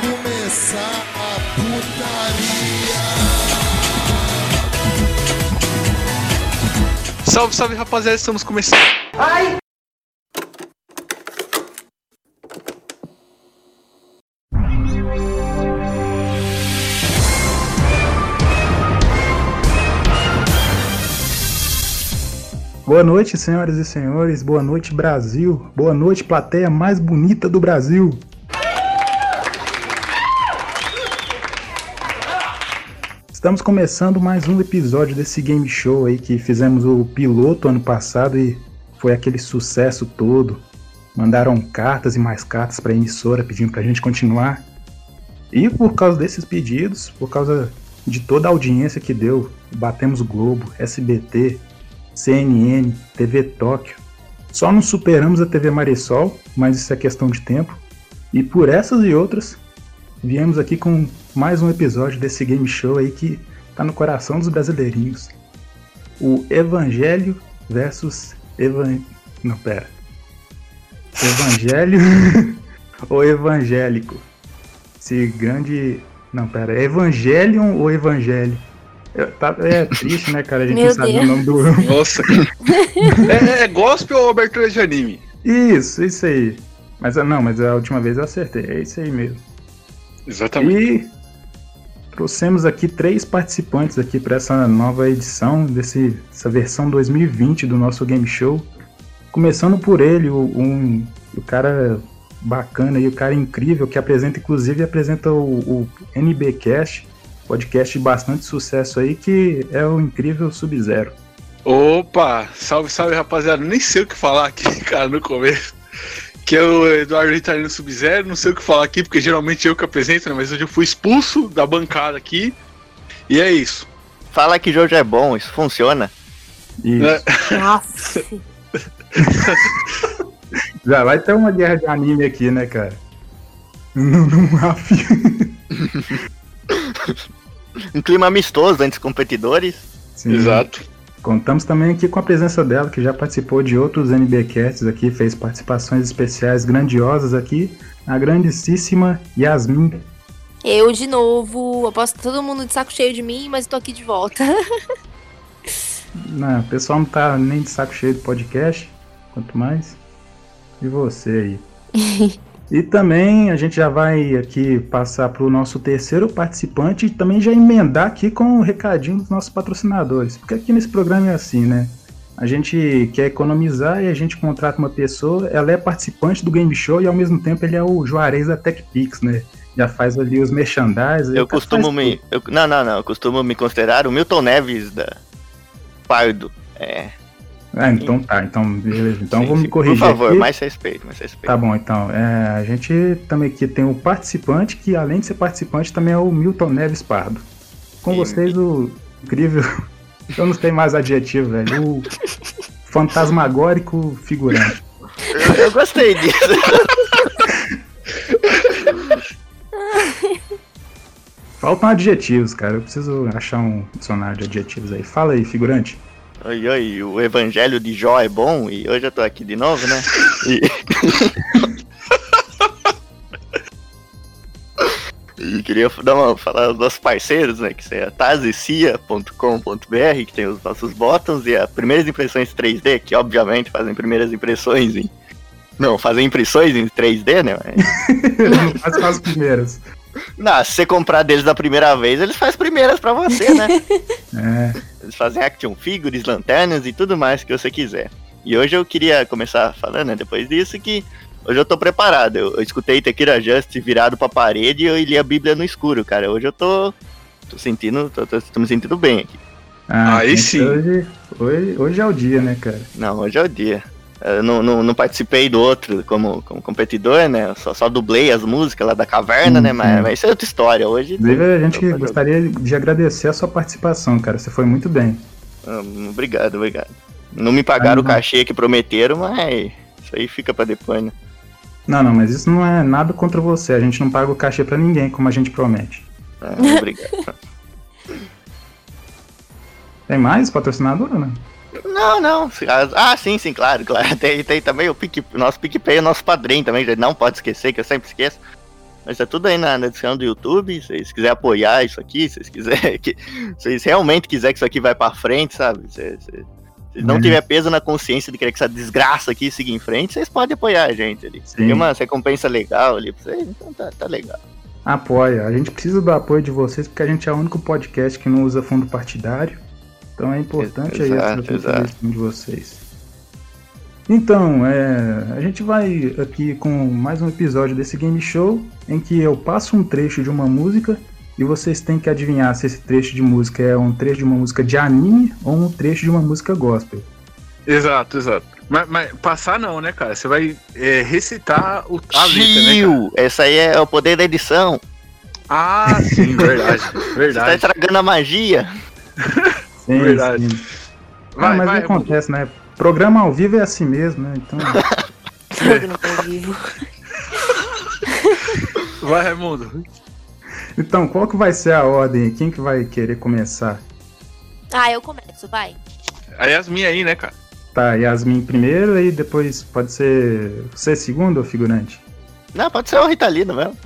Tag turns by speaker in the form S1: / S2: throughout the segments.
S1: começar a putaria.
S2: Salve, salve rapaziada, estamos começando.
S3: Boa noite, senhoras e senhores. Boa noite, Brasil. Boa noite, plateia mais bonita do Brasil. Estamos começando mais um episódio desse game show aí que fizemos o piloto ano passado e foi aquele sucesso todo. Mandaram cartas e mais cartas para a emissora pedindo para a gente continuar. E por causa desses pedidos, por causa de toda a audiência que deu, batemos Globo, SBT, CNN, TV Tóquio. Só não superamos a TV Marisol, mas isso é questão de tempo. E por essas e outras, viemos aqui com mais um episódio desse game show aí que tá no coração dos brasileirinhos. O Evangelho versus Evan... Não, pera. Evangelho ou evangélico? Esse grande... Não, pera. Evangelion ou evangelho? Eu- tá- É triste, né, cara? A gente
S4: Meu
S3: não sabe o nome do...
S2: Nossa, cara. é, é gospel ou abertura de anime?
S3: Isso, isso aí. Mas ah, não, mas a última vez eu acertei. É isso aí mesmo.
S2: Exatamente.
S3: E trouxemos aqui três participantes aqui para essa nova edição desse essa versão 2020 do nosso game show. Começando por ele, o, um, o cara bacana e o cara incrível que apresenta, inclusive apresenta o, o NBcast, podcast de bastante sucesso aí que é o incrível Sub-Zero.
S2: Opa, salve, salve rapaziada. Nem sei o que falar aqui, cara, no começo. Que é o Eduardo Ritalino Sub-Zero. Não sei o que falar aqui, porque geralmente eu que apresento, né? Mas hoje eu fui expulso da bancada aqui. E é isso.
S5: Fala que jogo é bom, isso funciona.
S3: Isso.
S2: É.
S4: Nossa.
S3: Já vai ter uma guerra de anime aqui, né, cara? Não, não, Raf.
S5: Um clima amistoso entre os competidores.
S2: Uhum.
S3: Sim.
S2: Exato.
S3: Contamos também aqui com a presença dela, que já participou de outros NBcasts aqui, fez participações especiais grandiosas aqui, a grandíssima Yasmin.
S4: Eu de novo. Aposto que todo mundo de saco cheio de mim, mas eu tô aqui de volta.
S3: Não, o pessoal não tá nem de saco cheio de podcast, quanto mais. E você aí. e também a gente já vai aqui passar pro nosso terceiro participante e também já emendar aqui com o recadinho dos nossos patrocinadores. Porque aqui nesse programa é assim, né? A gente quer economizar e a gente contrata uma pessoa, ela é participante do game show e ao mesmo tempo ele é o Juarez da TechPix, né? Já faz ali os merchandising.
S5: Eu
S3: tá-
S5: costumo
S3: faz
S5: me. eu- não, não, não. Eu costumo me considerar o Milton Neves da Pardo. É.
S3: Ah, então tá, então beleza. Então
S5: sim,
S3: vou me
S5: sim.
S3: corrigir.
S5: Por favor,
S3: aqui.
S5: mais respeito, mais respeito.
S3: Tá bom, então. É, a gente também aqui tem o participante, que além de ser participante, também é o Milton Neves Pardo. Com
S5: E-
S3: vocês, o incrível. Eu não tenho mais adjetivo, velho. O fantasmagórico figurante.
S5: Eu, eu gostei disso.
S3: Faltam adjetivos, cara. Eu preciso achar um dicionário de adjetivos aí. Fala aí, figurante.
S5: Oi, oi, o evangelho de Jó é bom e hoje eu tô aqui de novo, né? E. E queria dar uma, falar aos nossos parceiros, né? Que é a tazecia.com.br, que tem os nossos botões e as primeiras impressões 3D, que obviamente fazem primeiras impressões em. Não, fazem impressões em 3D, né? Mas-
S3: Não faz só as primeiras.
S5: Não, se você comprar deles da primeira vez, eles fazem primeiras pra você, né?
S3: É,
S5: Eles fazem action figures, lanternas e tudo mais que você quiser. E hoje eu queria começar falando, né, depois disso, que hoje eu tô preparado. Eu, eu escutei Tequila Justice virado pra parede e eu li a Bíblia no escuro, cara. Hoje eu tô, tô sentindo, tô, tô- tô me sentindo bem aqui.
S3: Ah,
S2: Aí
S3: gente,
S2: sim.
S3: Hoje, hoje, hoje é o dia, né, cara?
S5: Não, hoje é o dia. Eu não, não, não participei do outro como, como competidor, né? Eu só, só dublei as músicas lá da caverna,
S3: Sim,
S5: né? Mas,
S3: sim.
S5: mas isso é outra história. Hoje.
S3: Inclusive, a
S2: É
S3: gente
S5: Opa,
S3: gostaria de agradecer a sua participação, cara. Você foi muito bem.
S5: Hum, Obrigado, obrigado. Não me pagaram
S3: Ah,
S5: o
S3: não.
S5: cachê que prometeram, mas isso aí fica pra depois, né?
S3: Não, não, mas isso não é nada contra você. A gente não paga o cachê pra ninguém, como a gente promete.
S5: Ah, obrigado.
S3: Tem mais patrocinador, né?
S5: Não, não. Ah, sim, sim, claro, claro. Tem, tem também o Pique, nosso PicPay, o nosso padrinho também, gente não pode esquecer, que eu sempre esqueço. Mas tá tudo aí na, na descrição do YouTube. Se vocês quiserem apoiar isso aqui, se vocês quiserem que. Se vocês realmente quiserem que isso aqui vai pra frente, sabe? Se, se- se não
S2: Uhum.
S3: É.
S5: tiver peso na consciência de querer que essa desgraça aqui siga em frente, vocês podem apoiar a gente ali.
S3: Sim.
S5: Tem uma recompensa legal ali pra vocês, então tá, tá legal.
S3: Apoia. A gente precisa do apoio de vocês porque a gente é o único podcast que não usa fundo partidário. Então é importante aí essa
S5: Exato,
S3: contribuição de vocês. Então, é, a gente vai aqui com mais um episódio desse game show em que eu passo um trecho de uma música e vocês têm que adivinhar se esse trecho de música é um trecho de uma música de anime ou um trecho de uma música gospel.
S2: Exato, exato. Mas, mas passar não, né, cara? Você vai é, recitar o, a letra, né, cara?
S5: Tio, essa aí é o poder da edição.
S2: Ah, sim, verdade.
S5: Você tá
S2: Verdade.
S5: estragando a magia.
S3: Sim,
S2: Verdade.
S3: sim.
S2: Vai,
S3: ah, mas
S2: vai.
S3: não acontece, né? Programa ao vivo é assim mesmo, né? Então,
S4: Programa ao vivo.
S2: Vai, Raimundo.
S3: então, qual que vai ser a ordem? Quem que vai querer começar?
S4: Ah, eu começo, vai.
S2: A Yasmin aí, né, cara?
S3: Tá, Yasmin primeiro e depois pode ser você segundo, figurante?
S5: Não, pode ser o Ritalino mesmo.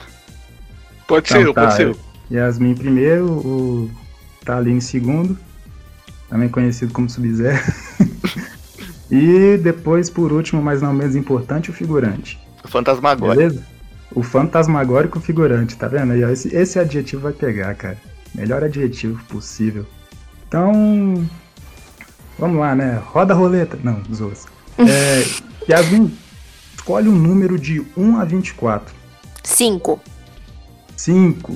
S2: Pode
S3: Então
S2: ser eu,
S3: tá,
S2: pode ser eu.
S3: Yasmin primeiro, o Talin segundo, também conhecido como Sub-Zero. e depois, por último, mas não menos importante, o figurante.
S5: O Fantasmagórico.
S3: Beleza? O fantasmagórico figurante, tá vendo? aí, ó? Esse, esse adjetivo vai pegar, cara. Melhor adjetivo possível. Então. Vamos lá, né? Roda a roleta. Não, zoas. É, Yasmin, escolhe um número de 1 a 24.
S4: Cinco.
S3: 5.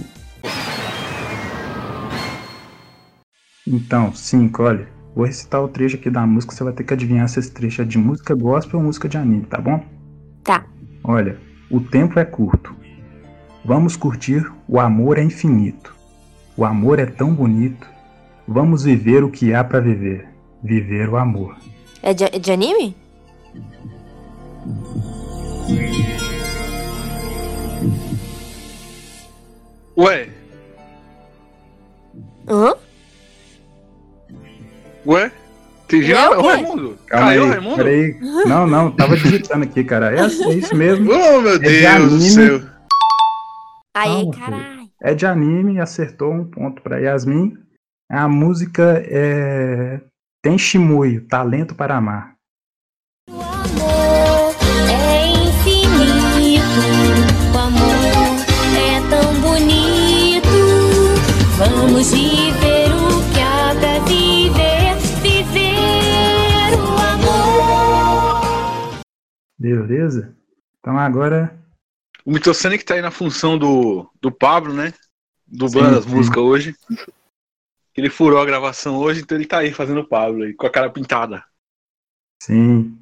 S3: Então, 5, olha. Vou recitar o trecho aqui da música, você vai ter que adivinhar se esse trecho é de música gospel ou música de anime, tá bom?
S4: Tá.
S3: Olha, o tempo é curto. Vamos curtir, o amor é infinito. O amor é tão bonito. Vamos viver o que há pra viver. Viver o amor.
S4: É de, é de anime?
S2: Ué,
S4: Hã?
S2: ué? Tem gente.
S4: Ué,
S2: Ah,
S4: o
S2: o
S4: quê?
S2: Raimundo. Caiu o Raimundo?
S3: peraí. Não, não, tava digitando aqui, cara. É, assim, é isso mesmo.
S2: Oh, meu
S3: de
S2: Deus do
S3: anime.
S2: céu.
S4: Aê,
S3: Calma,
S4: caralho.
S3: é de anime, acertou um ponto pra Yasmin. A música é Tem Shimuyo, Talento para Amar.
S6: É infinito, o amor é tão bonito. Vamos viver o que há pra viver, viver o amor.
S3: Beleza? Então agora
S2: O Mitocene que tá aí na função do, do Pablo, né? Do
S3: Sim,
S2: Banda das
S3: sim.
S2: Músicas hoje. Ele furou a gravação hoje, então ele tá aí fazendo o Pablo aí, com a cara pintada.
S3: sim.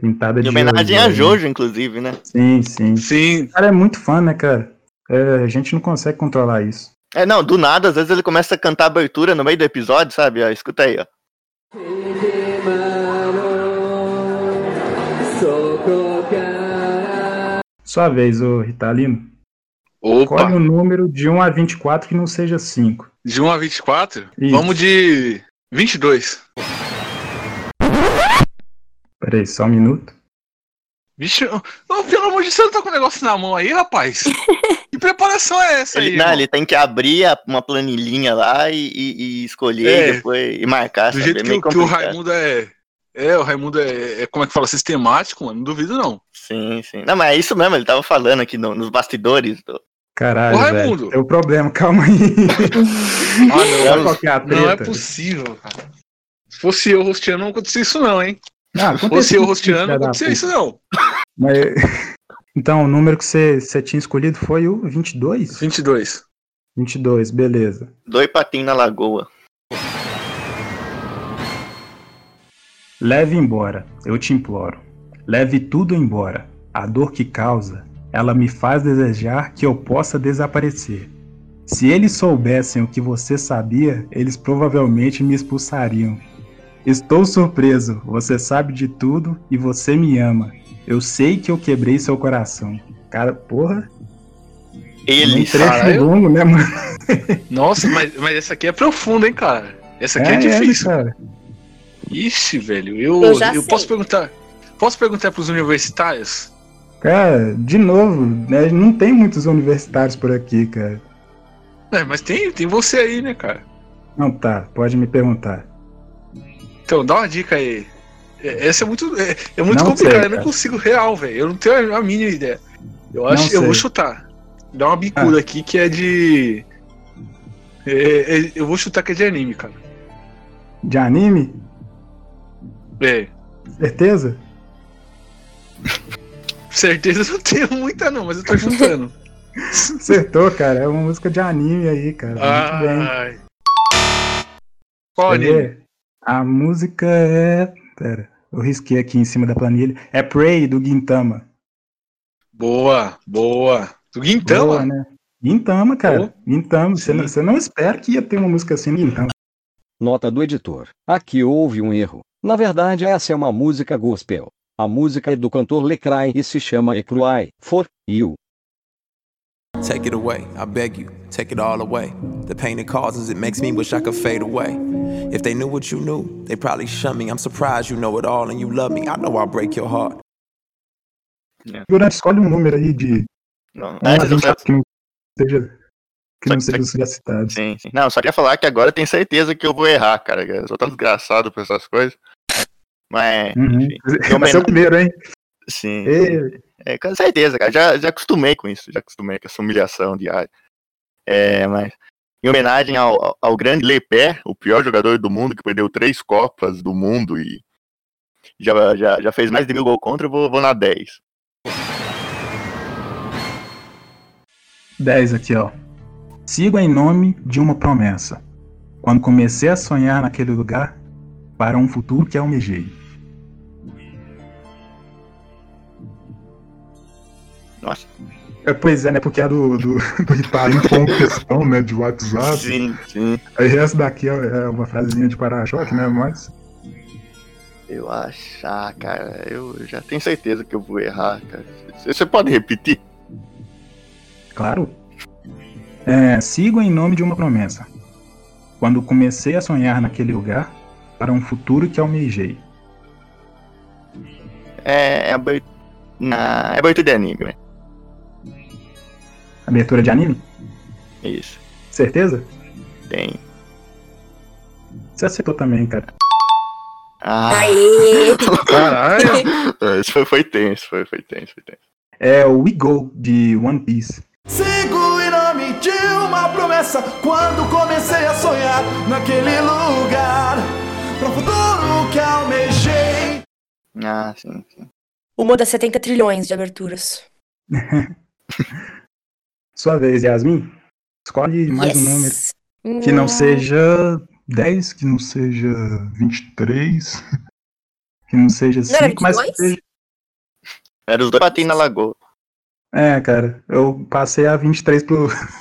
S3: Pintada de
S5: Em homenagem
S3: ouro,
S5: a
S3: né?
S5: Jojo, inclusive, né?
S3: Sim, sim.
S2: Sim,
S3: O cara é muito fã, né, cara? É, a gente não consegue controlar isso.
S5: É, não, do nada, às vezes ele começa a cantar a abertura no meio do episódio, sabe? Ó, escuta aí, ó.
S3: Sua vez, ô Ritalino.
S2: Opa,
S3: Escolhe um número de 1 a 24 que não seja 5.
S2: de 1 a 24?
S3: Isso.
S2: Vamos de 22.
S3: Peraí, só um minuto.
S2: Vixe, oh, pelo amor de Deus, você não tá com o negócio na mão aí, rapaz? que preparação é essa aí?
S5: Ele, não,
S2: irmão?
S5: ele tem que abrir a- uma planilhinha lá e, e- e escolher
S2: É.
S5: e depois e marcar,
S2: Do
S5: sabe?
S2: jeito
S5: é
S2: que,
S5: meio
S2: o- que o
S5: complicado.
S2: Raimundo é. É, o Raimundo é, é, como é que fala, sistemático, mano. Não duvido, não.
S5: Sim, sim. Não, mas é isso mesmo, ele tava falando aqui no- nos bastidores. do-
S3: Caralho,
S2: Ô, Raimundo.
S3: velho. É o problema, calma aí.
S2: Ah,
S3: Sabe
S2: não,
S3: qual que é a treta?
S2: não é possível, cara. Se fosse eu rosteando, não acontecia isso, não, hein?
S3: Ah,
S2: Se
S3: aconteceu
S2: fosse eu
S3: isso,
S2: rosteando, não
S3: filha da
S2: acontecia
S3: puta.
S2: isso, não.
S3: Mas- Então, o número que você você tinha escolhido foi o 22?
S2: 22.
S3: 22, beleza.
S5: Doi patinho na lagoa.
S3: Leve embora, eu te imploro. Leve tudo embora. A dor que causa, ela me faz desejar que eu possa desaparecer. Se eles soubessem o que você sabia, eles provavelmente me expulsariam. Estou surpreso, você sabe de tudo e você me ama. Eu sei que eu quebrei seu coração. Cara, porra, um
S5: Eles.
S3: trecho
S2: caralho.
S3: longo, né, mano?
S2: Nossa, mas, mas essa aqui é profunda, hein, cara? Essa aqui é,
S3: ele,
S2: difícil.
S3: cara.
S2: Ixi, velho, eu,
S4: Eu já
S2: eu
S4: sei.
S2: posso perguntar. Posso perguntar pros universitários?
S3: Cara, de novo, né, não tem muitos universitários por aqui, cara.
S2: É, mas tem, tem você aí, né, cara?
S3: Não, tá, pode me perguntar.
S2: Então, dá uma dica aí. É, Essa é muito, é, é muito
S3: Não
S2: complicada,
S3: sei,
S2: eu não
S3: cara.
S2: consigo real, velho. Eu não tenho a, a mínima ideia. Eu
S3: Não
S2: acho, eu
S3: sei. Ah.
S2: vou chutar. Dá uma bicuda aqui que é de. é- é- eu vou chutar que é de anime, cara.
S3: De anime?
S2: É.
S3: Certeza?
S2: Certeza eu não tenho muita, não, mas eu tô chutando.
S3: Acertou, cara. É uma música de anime aí, cara.
S5: Ah,
S3: Tá Muito bem.
S2: Ai. Qual
S3: Quer
S2: anime?
S3: ver? A música é. Pera, eu risquei aqui em cima da planilha. É Prey do Guintama.
S2: Boa, boa. Do então, Guintama?
S3: Boa, né? Guintama, cara.
S5: Oh.
S3: Guintama. Você
S2: Sim.
S3: não, você não espera que ia ter uma música assim no Guintama.
S7: Nota do editor. Aqui houve um erro. Na verdade, essa é uma música gospel. A música é do cantor Lecrae e se chama Ecruai, For You.
S8: Take it away, I beg you, take it all away. The pain it causes, it makes me wish I could fade away. If they knew what you knew, they probably shun me. I'm surprised you know it all and you love me. I know I'll break your heart.
S3: Durante, escolhe um número aí de.
S5: Não,
S3: um a
S5: antes eu
S3: vinte
S5: só-
S3: que não seja, que
S5: Só
S3: não
S5: que- tá
S3: seja os já citados.
S5: sim, sim. Não, só queria falar que agora eu tenho certeza que eu vou errar, cara. que Eu sou tão desgraçado por essas coisas. Mas,
S3: Uhum.
S5: enfim, em
S3: Vai ser o
S5: homenagem-
S3: primeiro, hein?
S5: sim.
S3: Ei,
S5: É, com certeza, cara. Já, já acostumei com isso, já acostumei com essa humilhação diária. É, mas em homenagem ao, ao- ao grande Lepé, o pior jogador do mundo, que perdeu três Copas do Mundo e já, já, já fez mais de mil gols contra, eu vou, vou na 10.
S3: 10 aqui, ó. Sigo em nome de uma promessa. Quando comecei a sonhar naquele lugar, para um futuro que almejei.
S5: Nossa,
S3: É, pois é, né? Porque a do, do, do Itaí foi uma questão, né? De WhatsApp.
S5: sim, sim.
S3: Aí essa daqui é- é uma frasezinha de para-choque, né? Mas.
S5: Eu achar, cara, eu já tenho certeza que eu vou errar, cara. C- Você pode repetir?
S3: Claro. É, sigo em nome de uma promessa. Quando comecei a sonhar naquele lugar, para um futuro que almejei.
S5: É, é abertura. Na, é abertura de anime, né?
S3: Abertura de anime?
S5: Isso.
S3: Certeza?
S5: Tem.
S3: Você acertou também, cara.
S5: Ah,
S4: Aê!
S3: né?
S2: Caralho!
S5: isso foi, foi tenso, foi, foi tenso, foi tenso.
S3: É o We Go, de One Piece.
S9: Sigo em nome de uma promessa quando comecei a sonhar naquele lugar. Pro futuro que almejei.
S5: Ah, sim, sim.
S10: Uma das 70 trilhões de aberturas.
S3: Sua vez, Yasmin. Escolhe mais um número.
S4: Yes.
S3: Que não seja 10, que não seja 23, que não seja
S4: Não era
S3: 5, mas que
S4: 22?
S3: seja...
S5: Era os dois batendo na lagoa.
S3: É, cara, eu passei a 23 pro...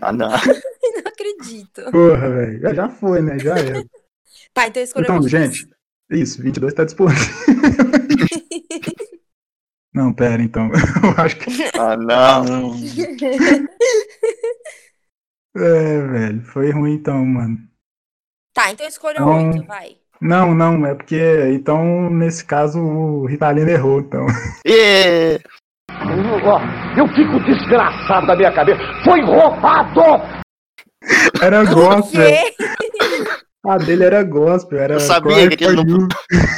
S5: Ah, não.
S4: Não acredito.
S3: Porra, velho, já foi, né? Já era.
S4: Tá, então escolha
S3: Então,
S4: 22.
S3: gente, isso, 22 tá disponível. Não, pera, então, eu acho que...
S5: Ah, não.
S2: Não.
S3: É, velho, foi ruim então, mano.
S4: Tá, então escolha
S3: Então-
S4: 8, vai.
S3: Não, não, é porque, então, nesse caso, o Ritalino errou, então.
S5: Ê,
S9: Eu fico desgraçado da minha cabeça. Foi roubado!
S3: Era gospel,
S4: Quê?
S3: a Ah, dele era gospel, era...
S5: Eu sabia que ele não-
S3: Cry for You.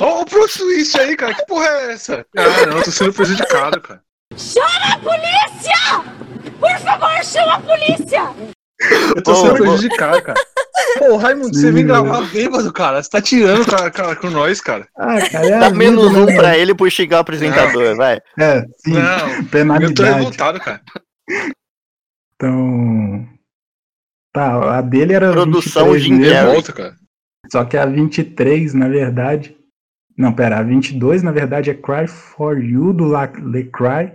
S2: Olha o plot twist aí, cara. Que porra é essa? Ah, não, eu tô sendo prejudicado, cara. Chama a polícia! Por favor, chama a polícia! Eu tô
S5: Ô,
S2: sendo
S5: ô.
S2: prejudicado, cara. Pô, Raimundo, você
S3: Sim,
S2: vem gravar bêbado, cara. Você tá tirando cara, cara, com nós, cara.
S3: Ah, cara, é a
S5: Dá
S3: vida,
S5: menos
S3: né,
S5: um Né?
S3: velho?
S5: pra ele por xingar o apresentador, vai.
S3: É, sim,
S2: Não, eu tô
S3: penalidade.
S2: revoltado, cara.
S3: Então. Tá, a dele era.
S5: Produção
S3: 23
S5: Jim
S3: mesmo,
S5: Carrey.
S2: Revolta, cara.
S3: Só que é a 23, na verdade. Não, pera, a 22, na verdade, é Cry for You do La Le Cry.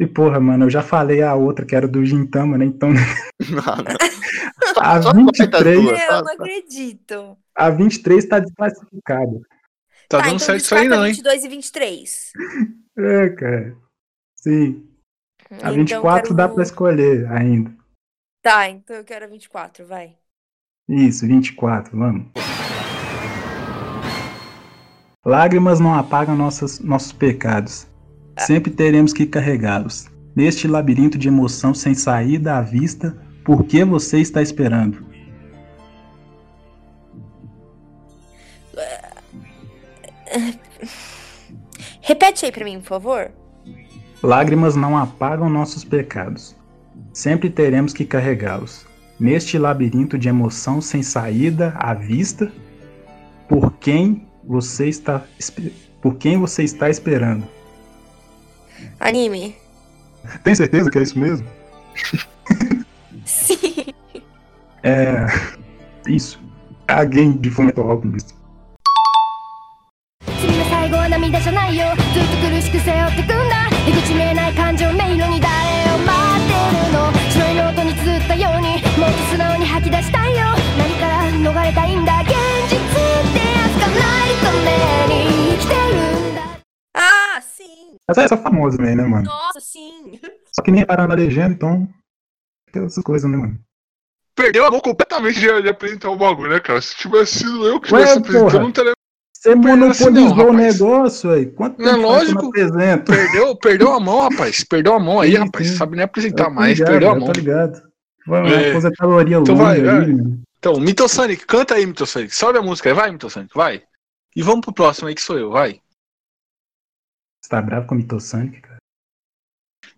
S3: E porra, mano, eu já falei a outra que era do Gintama, né? Então,
S5: Não,
S3: a
S5: não. só corta as
S3: 23,
S5: duas.
S4: Eu não acredito.
S3: a 23 tá desclassificada.
S2: Tá, dando certo isso aí,
S4: descarta
S2: não, hein?
S4: 22 então e 23.
S3: É, cara. Sim, a 24
S4: então,
S3: dá
S4: quero...
S3: pra escolher ainda.
S4: Tá, então eu quero a 24, vai.
S3: Isso, 24, vamos. Lágrimas não apagam nossas, nossos pecados. Sempre teremos que carregá-los. Neste labirinto de emoção sem saída à vista, por que você está esperando?
S10: Repete aí pra mim, por favor.
S3: Lágrimas não apagam nossos pecados. Sempre teremos que carregá-los. Neste labirinto de emoção sem saída à vista, por quem você está espe- por quem você está esperando?
S10: Anime.
S3: Tem certeza que é isso mesmo?
S10: Sim.
S3: É. Isso. Alguém de Fullmetal Alchemist.
S6: 君の最後は涙じゃないよずっと苦しく背負ってくんだ出口見えない感情迷路に誰を待ってるの白いノートに綴ったようにもっと素直に吐き出したいよ何から逃れたいんだ現実ってやつかないために生きてるんだ
S4: Ah, sim!
S3: Essa, essa é famosa mesmo, né, mano?
S4: Nossa, sim!
S3: Só que nem parar na legenda, então. Aquelas coisas, né, mano?
S2: Perdeu a mão completamente de, de apresentar o bagulho, né, cara? Se tivesse sido eu que
S3: Ué,
S2: tivesse apresentado,
S3: porra.
S2: não teria.
S3: Você monopolizou
S2: monopolizou
S3: o
S2: o
S3: negócio aí. Quanto
S2: assim, Não é
S3: tempo faz que eu não
S2: lógico.
S3: apresento?
S2: Perdeu, perdeu a mão, rapaz. Perdeu a mão aí,
S3: Sim,
S2: rapaz.
S3: sim.
S2: Sabe nem apresentar
S3: Tá
S2: mais, perdeu a mão.
S3: Tá ligado. Vai,
S2: É.
S3: aposentadoria
S2: Então
S3: longa
S2: vai, vai.
S3: aí, mano.
S2: Então, Mitosonic, canta aí, Mitosonic. Sobe a música aí, vai, Mitosonic, vai. E vamos pro próximo aí, que sou eu, vai.
S3: Você tá bravo com a Mitosonic, cara?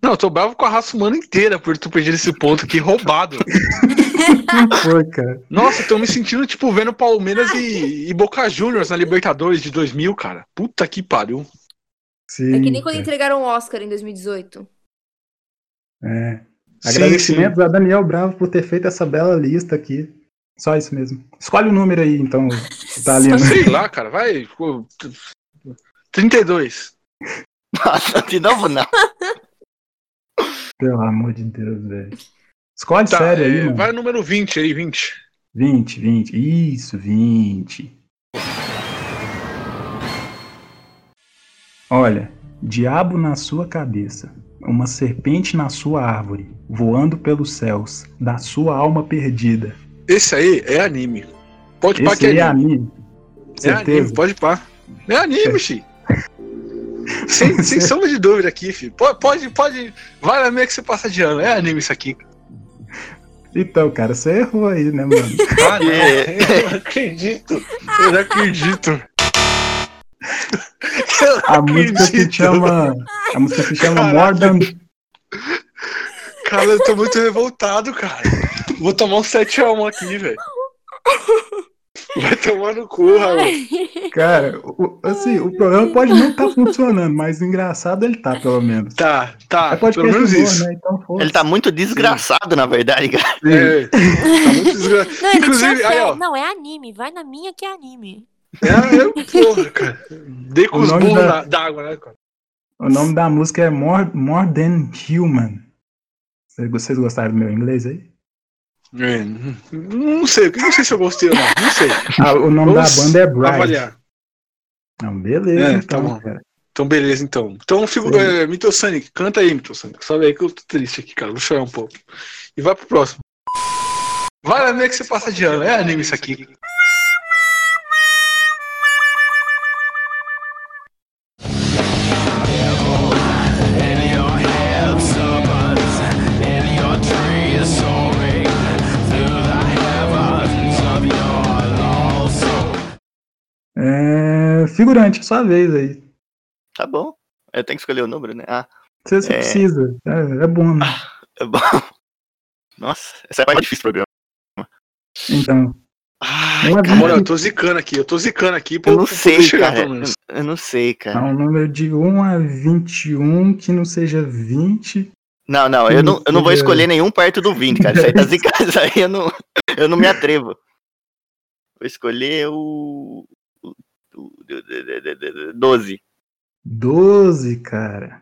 S2: Não, eu tô bravo com a raça humana inteira por tu perder esse ponto aqui, roubado.
S3: Pô, cara.
S2: Nossa, tô me sentindo, tipo, vendo Palmeiras e, e Boca Juniors na Libertadores de 2000, cara. Puta que pariu.
S3: Sim,
S4: É que nem quando
S3: cara.
S4: entregaram o Oscar em 2018.
S3: É.
S2: Sim,
S3: Agradecimentos a Daniel Bravo por ter feito essa bela lista aqui. Só isso mesmo. Escolhe o número aí, então, que tá ali.
S4: Só-
S3: né?
S2: Sei lá, cara, vai. pô, 32.
S5: Nossa, de novo não.
S3: Pelo amor de Deus, velho. Escolhe
S2: Tá,
S3: sério aí,
S2: é,
S3: mano.
S2: vai o número 20 aí, 20.
S3: 20, 20. Isso, 20. Olha, diabo na sua cabeça, uma serpente na sua árvore, voando pelos céus, da sua alma perdida.
S2: Esse aí é anime. Pode pá
S3: Esse
S2: que
S3: aí é
S2: é anime.
S3: anime.
S2: É anime,
S3: Certeza.
S2: pode pá. É anime, fi. Sem, sem sombra de dúvida aqui, fi. Po- Pode, pode. Vai na meia que você passa de ano. É anime isso aqui.
S3: Então, cara, você errou aí, né, mano?
S2: Ah, não. Eu não acredito. Eu não acredito. Eu não
S3: A música se
S2: acredito.
S3: chama. A música se chama More
S2: Caraca.
S3: Than.
S2: Cara, eu tô muito revoltado, cara. Vou tomar um 7x1 aqui, velho. Vai tomar no cu, Raul.
S3: Cara, o- o- assim, o programa pode não estar funcionando, mas engraçado ele tá, pelo menos.
S2: Tá, tá.
S3: Mas pode
S2: Pelo
S3: ter
S2: menos
S3: humor,
S2: isso.
S3: né? Então, foda-se.
S5: Ele tá muito desgraçado, na verdade, cara.
S3: né?
S2: É, tá muito desgra...
S4: Não, ele
S2: Inclusive,
S4: tinha
S2: aí,
S4: fé.
S2: ó.
S4: Não, é anime. Vai na minha que é anime.
S2: É, eu, porra, cara. Dei com
S3: O
S2: os
S3: nome
S2: burros
S3: da-
S2: na- d'água, né, cara?
S3: O nome da música é More, More Than Human. Vocês- Vocês gostaram do meu inglês aí?
S2: É, não sei, não sei se eu gostei ou não. Não sei.
S3: Ah, o nome
S2: Vamos
S3: da banda é Bright.
S2: avaliar.
S3: Não, beleza,
S2: É, tá
S3: então,
S2: bom.
S3: cara.
S2: Então, beleza, então. Então, fico, é, Mitosonic, canta aí, Mitosonic. Sobe aí que eu tô triste aqui, cara. Vou chorar um pouco. E vai pro próximo. Vai lá ver que você passa de ano. É anime isso aqui.
S3: É, figurante, sua vez aí.
S5: Tá bom. Eu tenho que escolher o número, né? Ah,
S3: Você se
S5: É.
S3: precisa. É, é bom, né?
S5: é bom. Nossa, essa é a parte mais difícil do programa.
S3: Então,
S5: Ai,
S3: Uma
S5: cara,
S2: Na moral, eu tô zicando aqui. Eu tô zicando aqui pra
S5: eu não
S2: pra
S5: sei,
S2: chegar,
S5: cara.
S2: pelo menos.
S5: Eu- Eu não sei,
S3: é
S5: cara.
S3: um número de 1 a 21 que não seja 20.
S5: Não, não, eu não, eu não
S3: Meu
S5: vou
S3: Deus.
S5: escolher nenhum perto do 20, cara. Isso aí tá zicado, isso aí eu não, eu não me atrevo. Vou escolher o. o- o- 12.
S3: 12, cara.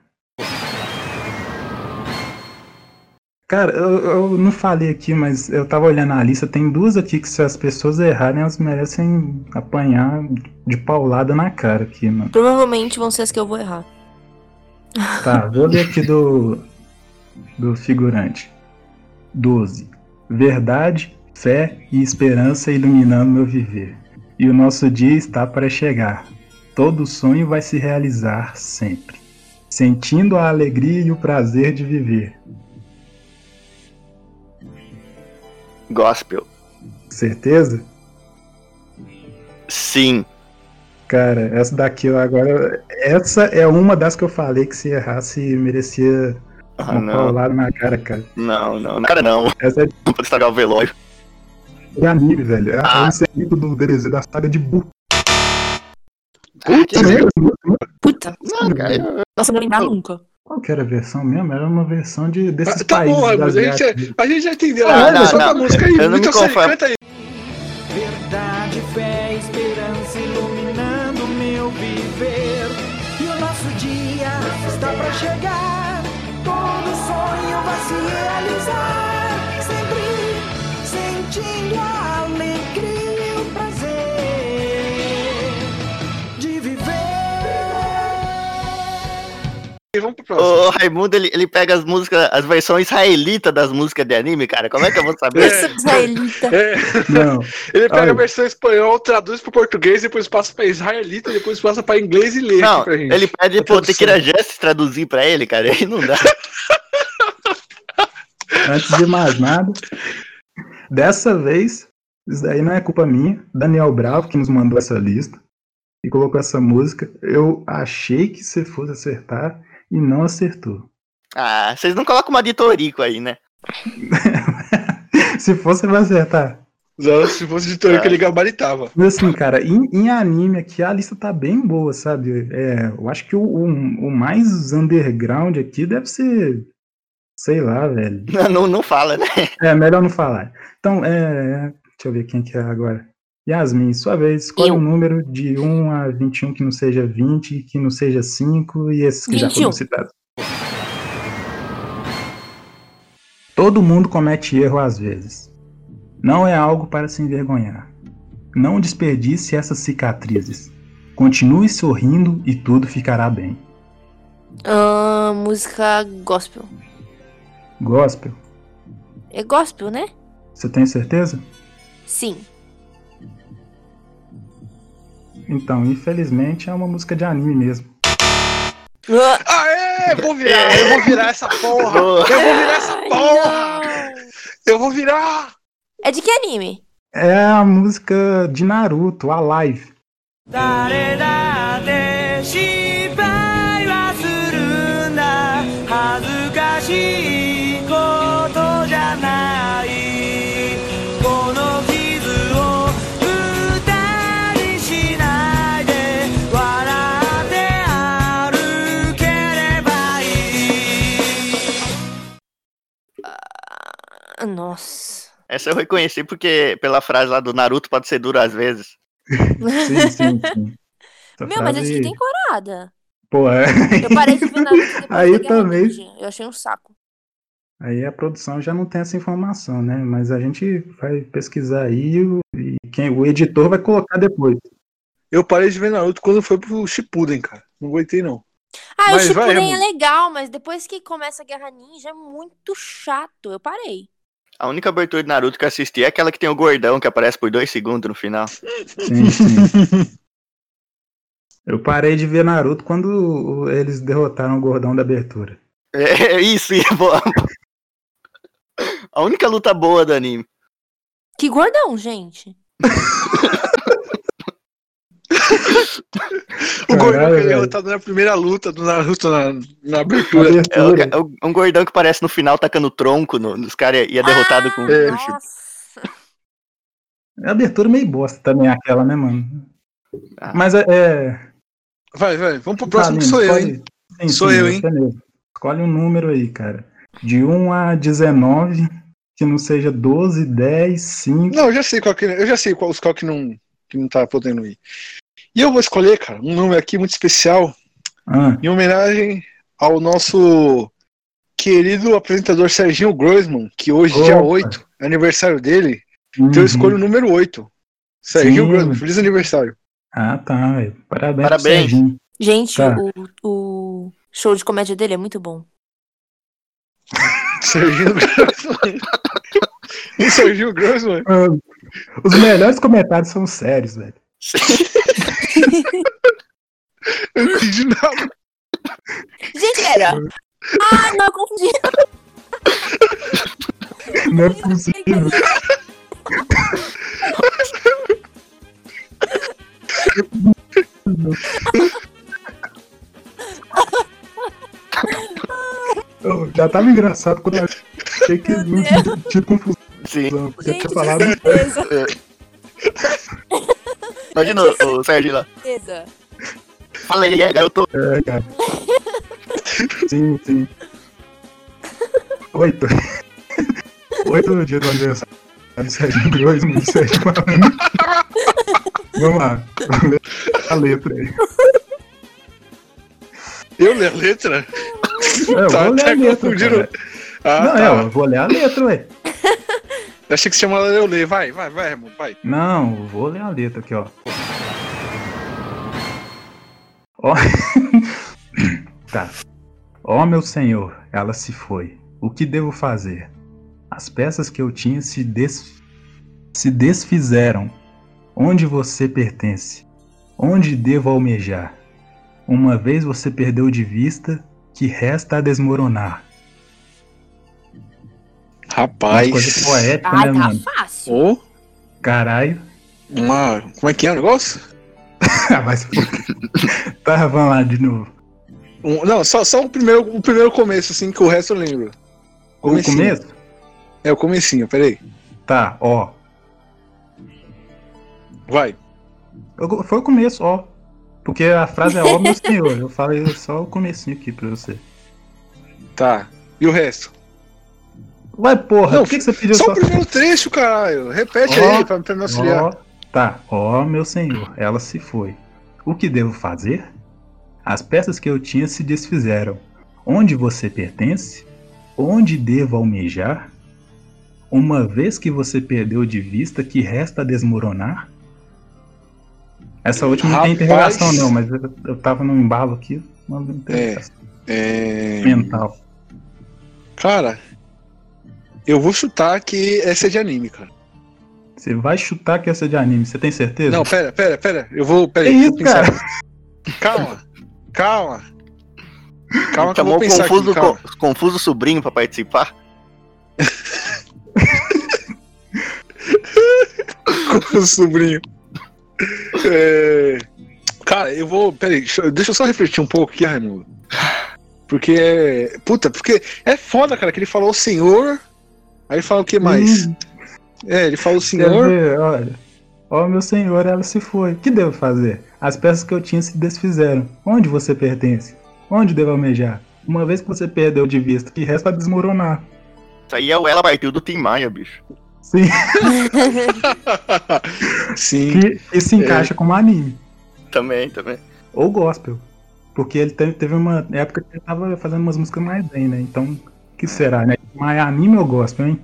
S3: Cara, eu, eu não falei aqui, mas eu tava olhando a lista. Tem duas aqui que se as pessoas errarem, elas merecem apanhar de paulada na cara aqui, mano.
S4: Provavelmente vão ser as que eu vou errar.
S3: Tá, vou ler aqui do, do figurante. 12. Verdade, fé e esperança iluminando meu viver. E o nosso dia está para chegar. Todo sonho vai se realizar sempre. Sentindo a alegria e o prazer de viver.
S5: Gospel.
S3: Certeza?
S5: Sim.
S3: Cara, essa daqui ó, agora. Essa é uma das que eu falei que se errasse merecia
S5: Ah,
S3: uma
S5: não.
S3: paulada na cara, cara.
S5: Não, não, na cara não.
S3: Essa é
S5: Não pode estragar o velório.
S3: de anime, velho. É
S5: Ah.
S3: é um segmento do desenho da saga de Bu.
S2: Tá
S5: Puta,
S4: Puta.
S5: não, cara, eu-
S4: Nossa, não lembrar nunca.
S3: Qual que era a versão mesmo? Era uma versão de, desses
S2: Ah, tá
S3: países.
S2: bom, mas a gente,
S3: asiáticos.
S2: a gente já entendeu.
S5: Ah,
S2: Ah,
S5: não,
S2: só
S5: não.
S2: a música aí.
S5: Eu não me
S2: Então você
S5: conformo.
S2: canta aí.
S9: Verdade, fé, esperança iluminando meu viver. E o nosso dia está pra chegar. Todo sonho vai se realizar. Sempre sentindo a alegria e o prazer de viver.
S2: E vamos pro próximo.
S5: O Raimundo, ele, ele pega as músicas, as versões israelita das músicas de anime, cara. Como é que eu vou saber?
S4: Isso, israelita.
S2: É,
S3: Não,
S2: ele pega
S3: Olha.
S2: a versão espanhol, traduz pro português, depois passa pra israelita, depois passa pra inglês e lê
S5: Não,
S2: aqui pra gente.
S5: ele pede
S2: A
S5: pro
S2: tradução.
S5: Tequila Justice traduzir pra ele, cara. Aí não dá.
S3: antes de mais nada. Dessa vez, isso daí não é culpa minha. Daniel Bravo, que nos mandou essa lista e colocou essa música. Eu achei que você fosse acertar e não acertou.
S5: Ah, vocês não colocam uma de Torico aí, né?
S3: Se fosse, vai acertar.
S2: Não, se fosse de Torico,
S5: Ah.
S2: ele gabaritava.
S3: Mas assim, cara, em, em anime aqui a lista tá bem boa, sabe? É, eu acho que o, o- o mais underground aqui deve ser. Sei lá, velho.
S5: Não, não, não fala, né?
S3: É, melhor não falar. Então, é. Deixa eu ver quem que é agora. Yasmin, sua vez, escolhe
S4: Eu.
S3: um número de 1 a 21 que não seja 20, que não seja 5 e esses que já foram
S4: 21.
S3: citados. Todo mundo comete erro às vezes. Não é algo para se envergonhar. Não desperdice essas cicatrizes. Continue sorrindo e tudo ficará bem.
S4: Ah, música gospel.
S3: Gospel,
S4: É gospel, né?
S3: você tem certeza?
S4: Sim.
S3: Então, infelizmente é uma música de anime mesmo.
S4: Ah,
S2: Aê, vou virar,
S3: É.
S2: eu vou virar essa porra.
S5: Boa.
S2: Eu vou virar essa porra.
S4: não.
S2: Eu vou virar.
S4: É de que anime?
S3: É a música de Naruto, a live.
S9: 誰だって失敗はするんだ恥ずかしいことじゃないこの傷を二人しないで笑って歩ければいい
S4: Ah, Nossa.
S5: Essa eu reconheci porque pela frase lá do Naruto pode ser duro às vezes.
S3: Sim, sim, sim. Essa
S4: Meu, mas a
S3: frase-
S4: gente tem corada.
S3: Pô, é.
S4: Eu parei de ver Naruto depois
S3: Aí
S4: da Guerra
S3: também.
S4: Ninja. Eu achei um saco.
S3: Aí a produção já não tem essa informação, né? Mas a gente vai pesquisar aí e o- e quem, o editor vai colocar depois.
S2: Eu parei de ver Naruto quando foi pro Shippuden, cara. Não aguentei, não.
S4: Ah, o
S2: Mas vai,
S4: Shippuden é
S2: Raimundo.
S4: legal, mas depois que começa a Guerra Ninja é muito chato. Eu parei.
S5: A única abertura de Naruto que eu assisti é aquela que tem o gordão que aparece por dois segundos no final.
S3: Sim, sim. Eu parei de ver Naruto quando o- eles derrotaram o gordão da abertura.
S5: É, é isso, e é boa. A única luta boa do anime.
S4: Que gordão, gente.
S2: O
S3: Caralho,
S2: Gordão que
S3: velho.
S2: ele derrotado na primeira luta do Naruto na, na
S3: A
S2: abertura.
S5: É, o-
S3: abertura.
S5: é o- um gordão que parece no final tacando tronco no- nos caras e é derrotado
S4: ah,
S5: com
S2: É.
S5: o chip.
S4: nossa.
S3: A abertura é meio bosta também, aquela, né, mano?
S5: Ah.
S3: Mas é- é.
S2: Vai, vai. Vamos pro próximo
S3: Aline,
S2: que sou eu,
S3: escolhe-
S2: hein?
S3: Sim,
S2: Sou
S3: sim,
S2: eu,
S3: você
S2: hein?
S3: mesmo. Escolhe um número aí, cara. De 1 a 19, que não seja 12, 10, 5.
S2: Não, eu já sei qual que Eu já sei qual, os qual que não, que não tá podendo ir. E eu vou escolher, cara, um número aqui muito especial,
S3: Ah,
S2: em homenagem ao nosso querido apresentador Serginho Groisman, que hoje, dia
S3: Opa.
S2: 8, é aniversário dele. Então
S3: uhum.
S2: eu escolho o número 8. Serginho
S3: Sim.
S2: Groisman, feliz aniversário.
S3: Ah, tá. velho. Parabéns, pro
S5: Parabéns.
S3: Serginho.
S4: Gente,
S3: Tá.
S4: o, o show de comédia dele é muito bom.
S2: Serginho Groisman. E Serginho Groisman?
S3: Mano, Ah, Os melhores comentários são sérios, velho.
S2: Eu não entendi nada.
S4: Gente,
S10: Pera. Ah, não, eu confundi.
S3: Não é possível. Eu já tava engraçado quando eu achei que não tinha, tinha confusão.
S5: Sim.
S3: Porque eu
S4: Gente,
S3: tinha falado.
S4: tristeza,
S5: Imagina o, o Sérgio lá.
S4: tristeza.
S5: Fala aí, é, garoto.
S3: É, cara. Sim, sim. Oito. Oito no dia do aniversário. Sérgio Grosso, no Sérgio Malandro. Vamos lá. A letra aí.
S2: Eu ler a letra?
S3: É, eu
S2: tá
S3: vou ler a
S2: até
S3: letra.
S2: confundindo.
S3: cara.
S2: Ah,
S3: Não,
S2: tá.
S3: é, eu vou ler a letra, ué.
S2: Eu Achei que você chamava eu ler. Vai, vai, vai, irmão, vai.
S3: Não, eu vou ler a letra aqui, ó. Ó. tá. Ó meu senhor, ela se foi. O que devo fazer? As peças que eu tinha se, des... se desfizeram. Onde você pertence? Onde devo almejar? Uma vez você perdeu de vista, que resta a desmoronar.
S2: Rapaz.
S3: Coisa poética,
S10: Ah,
S3: né,
S10: tá
S3: mano?
S10: fácil.
S2: Ô,
S3: Caralho.
S2: uma. Como é que é o negócio?
S3: Ah, Mas... tá, vamos lá de novo.
S2: Um- não, só, só o, primeiro, o primeiro começo, assim, que o resto eu lembro.
S3: O
S2: Comecinho.
S3: começo?
S2: É o comecinho, peraí.
S3: Tá, ó.
S2: Vai.
S3: Eu- Foi o começo, ó. Porque a frase é ó, meu senhor. Eu falei só o comecinho aqui pra você.
S2: Tá. E o resto?
S3: Vai, porra,
S2: Não,
S3: por que, que você pediu
S2: Só
S3: só?
S2: o primeiro trecho, caralho. Repete
S3: Ó.
S2: aí pra, pra me auxiliar.
S3: Ó, tá, ó, meu senhor, ela se foi. O que devo fazer? As peças que eu tinha se desfizeram. Onde você pertence? Onde devo almejar? Uma vez que você perdeu de vista, que resta desmoronar? Essa última não tem
S2: Rapaz.
S3: interrogação, não, mas eu, eu tava num embalo aqui, uma interrogação
S2: É,
S3: mental.
S2: Cara, eu vou chutar que essa é de anime, cara.
S3: Você vai chutar que essa é de anime, você tem certeza?
S2: Não, pera, pera, pera. Eu vou. Pera
S3: que
S2: aí,
S3: isso,
S2: vou pensar.
S3: cara?
S2: Calma, calma. Calma que eu vou
S5: Chamou o
S2: pensar
S5: confuso,
S2: aqui, calma.
S5: co- confuso sobrinho pra participar.
S2: com o sobrinho. É, Cara, eu vou. Peraí, deixa eu- deixa eu só refletir um pouco aqui, Raimundo. Porque é. Puta, porque é foda, cara, que ele falou o senhor. Aí ele fala o que mais?
S3: Hum.
S2: É, ele fala o
S3: Quer
S2: senhor.
S3: ver? Olha. Ó, meu senhor, ela se foi. Que devo fazer? As peças que eu tinha se desfizeram. Onde você pertence? Onde devo almejar? Uma vez que você perdeu de vista, que resta desmoronar.
S5: Isso aí é o Ela Partiu do Tim Maia, bicho.
S3: Sim, Uhum.
S2: Sim.
S3: que, É. que se encaixa como anime.
S5: Também, também.
S3: Ou gospel. Porque ele teve, teve uma época que ele tava fazendo umas músicas mais bem, né? Então, que será, né? Mas anime ou gospel, hein?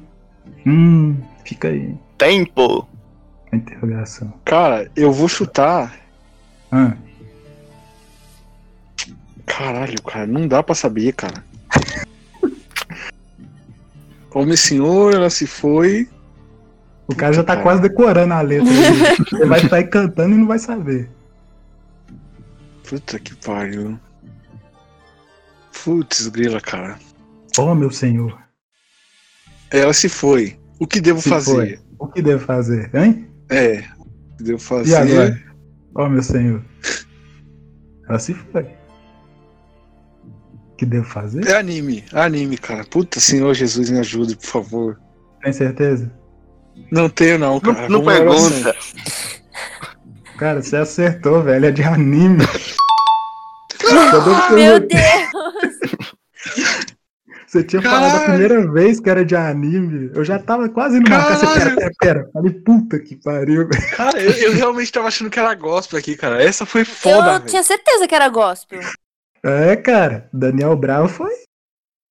S3: Hum, fica aí
S5: Tempo.
S3: a interrogação.
S2: Cara, eu vou chutar.
S3: Ah,
S2: Caralho, cara, não dá pra saber, cara. Homem senhor, ela se foi.
S3: o cara já tá quase decorando a letra. dele. ele vai sair cantando e não vai saber.
S2: Puta que pariu. Putz, grila, cara.
S3: Ó, meu senhor.
S2: Ela se foi. O que devo
S3: Se
S2: fazer?
S3: O que devo fazer, hein?
S2: É. O que devo fazer?
S3: E agora? Ó, meu senhor. Ela se foi. O que devo fazer?
S2: É anime. Anime, cara. Puta, senhor Jesus, me ajuda, por favor.
S3: Tem certeza?
S2: Não tenho, não,
S5: Não,
S2: cara.
S5: não
S2: Vamos lá, oração.
S5: pergunta.
S3: Cara, você acertou, velho. É de anime.
S4: Ah, meu Deus.
S3: Você tinha falado a
S2: Caralho.
S3: primeira vez que era de anime. Eu já tava quase no marcar. Você, pera,
S2: Caralho.
S3: pera, pera. Falei, puta que pariu, velho.
S2: Cara, eu, eu realmente tava achando que era gospel aqui, cara. Essa foi
S4: Eu
S2: foda, velho.
S4: tinha certeza que era gospel.
S3: É, cara. Daniel Bravo foi.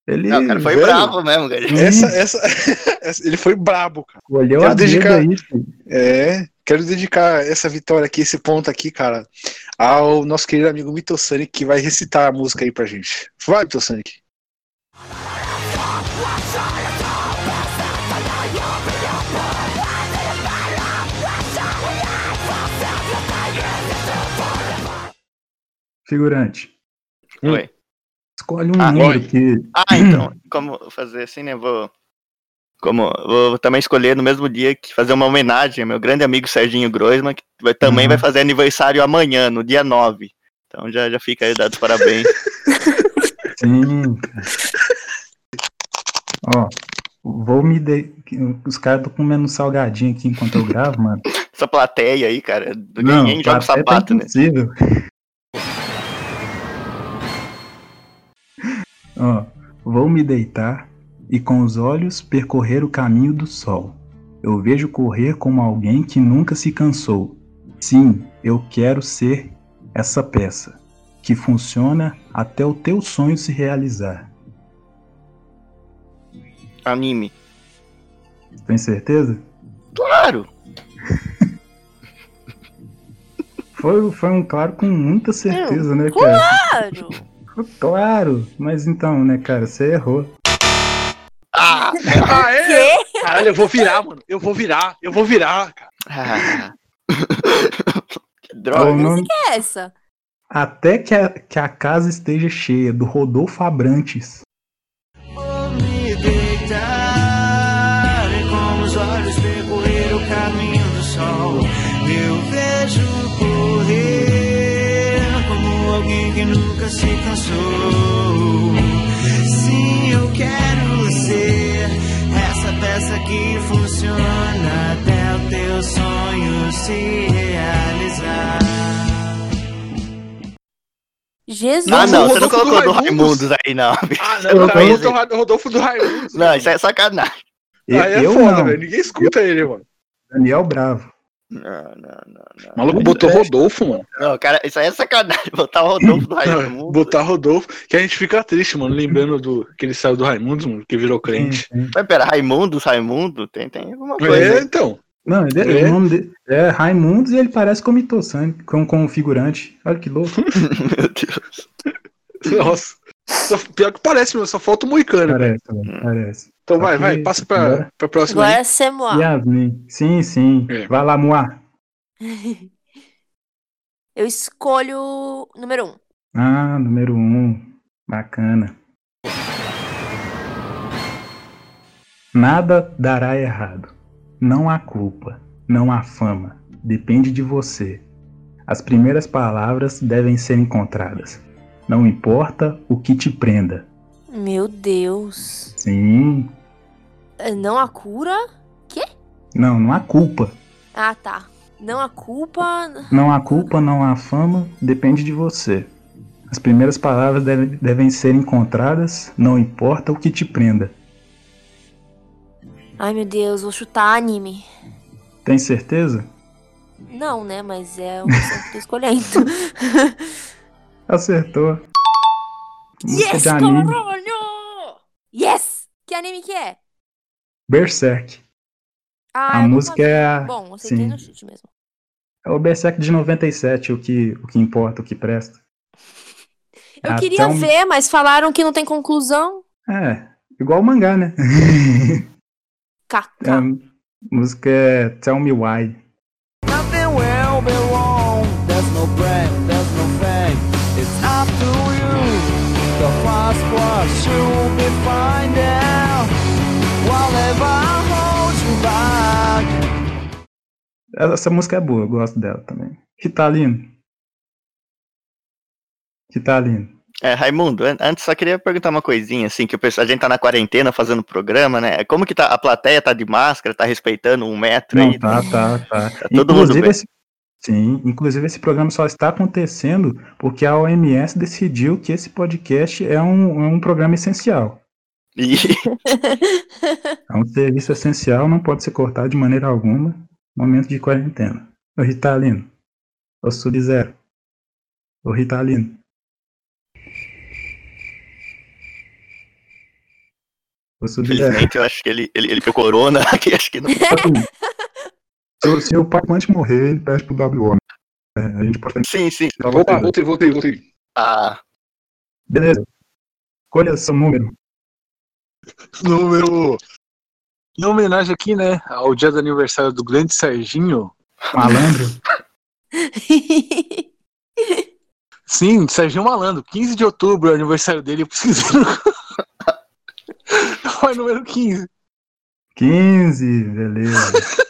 S3: Ele.
S5: Não, o cara foi
S3: velho,
S5: bravo é mesmo, cara.
S2: Essa, essa, essa- ele foi brabo, cara.
S3: Olhou
S2: Quero
S3: a dedicar...
S2: dedicar-
S3: aí, filho.
S2: É, quero dedicar essa vitória aqui, esse ponto aqui, cara, ao nosso querido amigo Mitosonic, que vai recitar a música aí pra gente. Vai, Mitosonic.
S3: Figurante.
S5: Ué.
S3: Escolhe um
S5: Ah,
S3: número
S5: oi.
S3: que.
S5: Ah, então, como eu fazer assim, né? Vou. Como vou também escolher no mesmo dia que fazer uma homenagem ao meu grande amigo Serginho Groisman, que vai- também
S3: Uhum.
S5: vai fazer aniversário amanhã, no dia 9. Então já, já fica aí dado parabéns.
S3: Sim, cara. Ó, vou me. De... Os caras estão comendo um salgadinho aqui enquanto eu gravo, mano.
S5: Essa plateia aí, cara.
S3: Não,
S5: ninguém joga
S3: plateia
S5: sapato,
S3: tá
S5: né?
S3: impossível. Ó, vou me deitar e com os olhos percorrer o caminho do sol. Eu vejo correr como alguém que nunca se cansou. Sim, eu quero ser essa peça que funciona até o teu sonho se realizar.
S5: Anime.
S3: Tem certeza?
S5: Claro!
S3: Foi, foi um claro com muita certeza, né, cara?
S4: Claro!
S3: Claro, mas então, né, cara, você errou.
S5: Ah!
S2: Ah, é? Caralho, eu vou virar, mano. Eu vou virar, eu vou virar, cara.
S5: ah. que
S3: É o
S5: droga!
S3: nome-
S4: Que é essa?
S3: Até que a, que a casa esteja cheia, do Rodolfo Abrantes.
S9: Vou me deitar e com os olhos percorrer o caminho do sol. Eu vejo correr como alguém que nunca se cansou. Sim, eu quero ser essa peça que funciona até o teu sonho se realizar.
S4: Jesus!
S5: Ah, não,
S2: Rodolfo
S5: você não
S2: do
S5: colocou do
S2: Raimundos.
S5: Raimundos aí, não.
S2: Ah,
S5: Eu
S2: não, cara,
S5: conheço
S2: eu tô o Rodolfo do Raimundo.
S5: Não, isso é sacanagem.
S3: Eu,
S2: Aí é
S3: eu
S2: foda,
S3: não,
S2: velho. Ninguém escuta ele, mano.
S3: Daniel Bravo.
S5: Não, não, não.
S2: O maluco botou Rodolfo, mano.
S5: Não, cara, isso aí é sacanagem. Botar o Rodolfo do
S2: Não,
S5: Raimundo.
S2: Botar Rodolfo, que a gente fica triste, mano, lembrando do que ele saiu do Raimundos, mano, que virou crente.
S3: Sim, sim.
S5: Mas pera, Raimundo, Raimundo, tem, tem alguma coisa.
S2: Hum. É,
S5: aí.
S2: então.
S3: Não, ele,
S2: É?
S3: o nome dele é Raimundos e ele parece com o Mitossani, com, com o figurante. Olha que louco.
S5: Meu Deus.
S2: Nossa. Só- pior que parece, mano, só falta o Moicano.
S3: Parece, velho, parece.
S2: Então vai,
S3: Aqui-
S2: vai, passa pra, pra próxima aí.
S4: Agora é Semoá.
S3: Yasmin. Sim, sim.
S2: Ah. É.
S3: Vai lá, Moá.
S4: Eu escolho número um.
S3: Ah, número um. Bacana. Nada dará errado. Não há culpa, não há fama. Depende de você. As primeiras palavras devem ser encontradas. Não importa o que te prenda.
S4: Meu Deus.
S3: Sim.
S4: É, Não há cura?
S3: Não, não há culpa.
S4: Ah, tá. Não há culpa.
S3: Não há culpa, não há fama. Depende de você. As primeiras palavras deve- devem ser encontradas. Não importa o que te prenda.
S4: Ai, meu Deus, vou chutar anime.
S3: Tem certeza?
S4: Não, né? Mas é a opção que eu tô escolhendo.
S3: Acertou. Música
S4: yes,
S3: de anime,
S4: caralho! Yes! Que anime que é?
S3: Berserk.
S4: Ah,
S3: A
S4: eu não
S3: música
S4: sabia.
S3: é a-
S4: Bom, acertei
S3: sim.
S4: no chute mesmo.
S3: É o Berserk de 97, o que, o que importa, o que presta.
S4: Eu
S3: Até
S4: queria
S3: um-
S4: ver, mas falaram que não tem conclusão.
S3: É, igual o mangá, né?
S4: Kaká.
S3: A música é Tell Me Why.
S9: Nothing will be wrong. There's no break, there's no fake. It's up to you. The first was you'll be fine now. Whatever holds you back.
S3: Essa música é boa, eu gosto dela também. tá Ritalino. Ritalino.
S5: É, Raimundo, an- antes só queria perguntar uma coisinha, assim, que o pessoal- a gente tá na quarentena fazendo programa, né? Como que tá? A plateia tá de máscara, tá respeitando um metro
S3: Não,
S5: aí.
S3: tá, tá, tá.
S5: todo mundo bem.
S3: esse... Sim, inclusive esse programa só está acontecendo porque a OMS decidiu que esse podcast é um, é um programa essencial.
S5: E
S3: É um serviço essencial, não pode ser cortado de maneira alguma. Momento de quarentena. O Ritalino. O Sub-Zero. O Ritalino. O Sub-Zero. Assim,
S5: infelizmente eu acho que ele, ele, ele pegou corona aqui, acho que não.
S11: Se,
S2: Então, assim,
S11: o- se o Pacmante morrer, ele pede pro WO. né? É, a gente pode
S5: Sim, sim.
S2: Opa, voltei, voltei, voltei.
S5: Ah,
S3: Beleza. Escolha seu número.
S2: Número. um. Em homenagem aqui, né, ao dia do aniversário do grande Serginho,
S3: Malandro.
S2: Sim, Serginho Malandro. 15 de outubro é o aniversário dele. Eu preciso. Foi número 15.
S3: 15, beleza.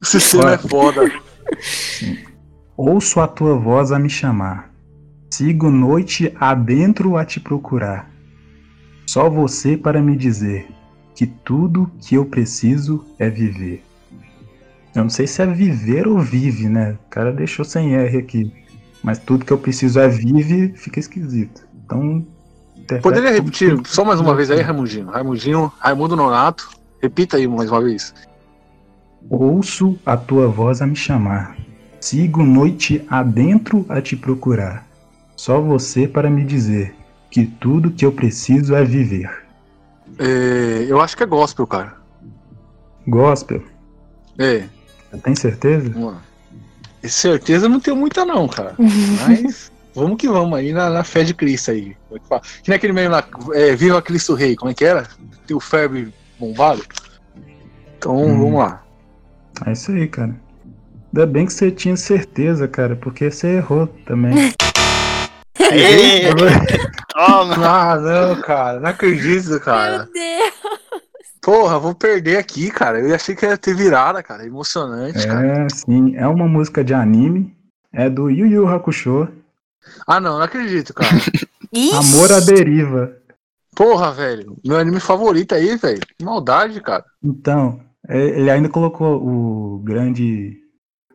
S2: O sistema é foda.
S3: Ouço a tua voz a me chamar. Sigo noite adentro a te procurar. Só você para me dizer que tudo que eu preciso é viver. Eu não sei se é viver ou vive, né? O cara deixou sem R aqui. Mas tudo que eu preciso é vive, fica esquisito. Então. interpreta
S2: Poderia
S3: como
S2: repetir
S3: tu-
S2: só mais uma vez aí, Raimundinho. Raimundinho, Raimundo Nonato. Repita aí mais uma vez.
S3: Ouço a tua voz a me chamar. Sigo noite adentro a te procurar. Só você para me dizer que tudo que eu preciso é viver.
S2: É, eu acho que é gospel, cara.
S3: Gospel,
S2: É,
S3: tem certeza?
S2: vamos lá. E certeza eu não tenho muita, não, cara. Mas vamos que vamos aí na, na fé de Cristo aí. Como é que fala? Que nem aquele meio lá, é, Viva Cristo Rei, como é que era? Tem o febre bombado. Então
S3: Hum.
S2: vamos lá.
S3: É isso aí, cara. Ainda bem que você tinha certeza, cara, porque você errou também. É,
S5: Aê, toma!
S2: Ah, não, cara, não acredito, cara.
S4: Meu Deus.
S2: Porra, vou perder aqui, cara. Eu achei que ia ter virada, cara. Emocionante, cara.
S3: É, sim, é uma música de anime. É do Yu Yu Hakusho,
S2: Ah, não, não acredito, cara.
S4: Ixi.
S3: Amor à Deriva.
S2: Porra, velho. Meu anime favorito aí, velho. Que Maldade, cara.
S3: Então, é, ele ainda colocou o grande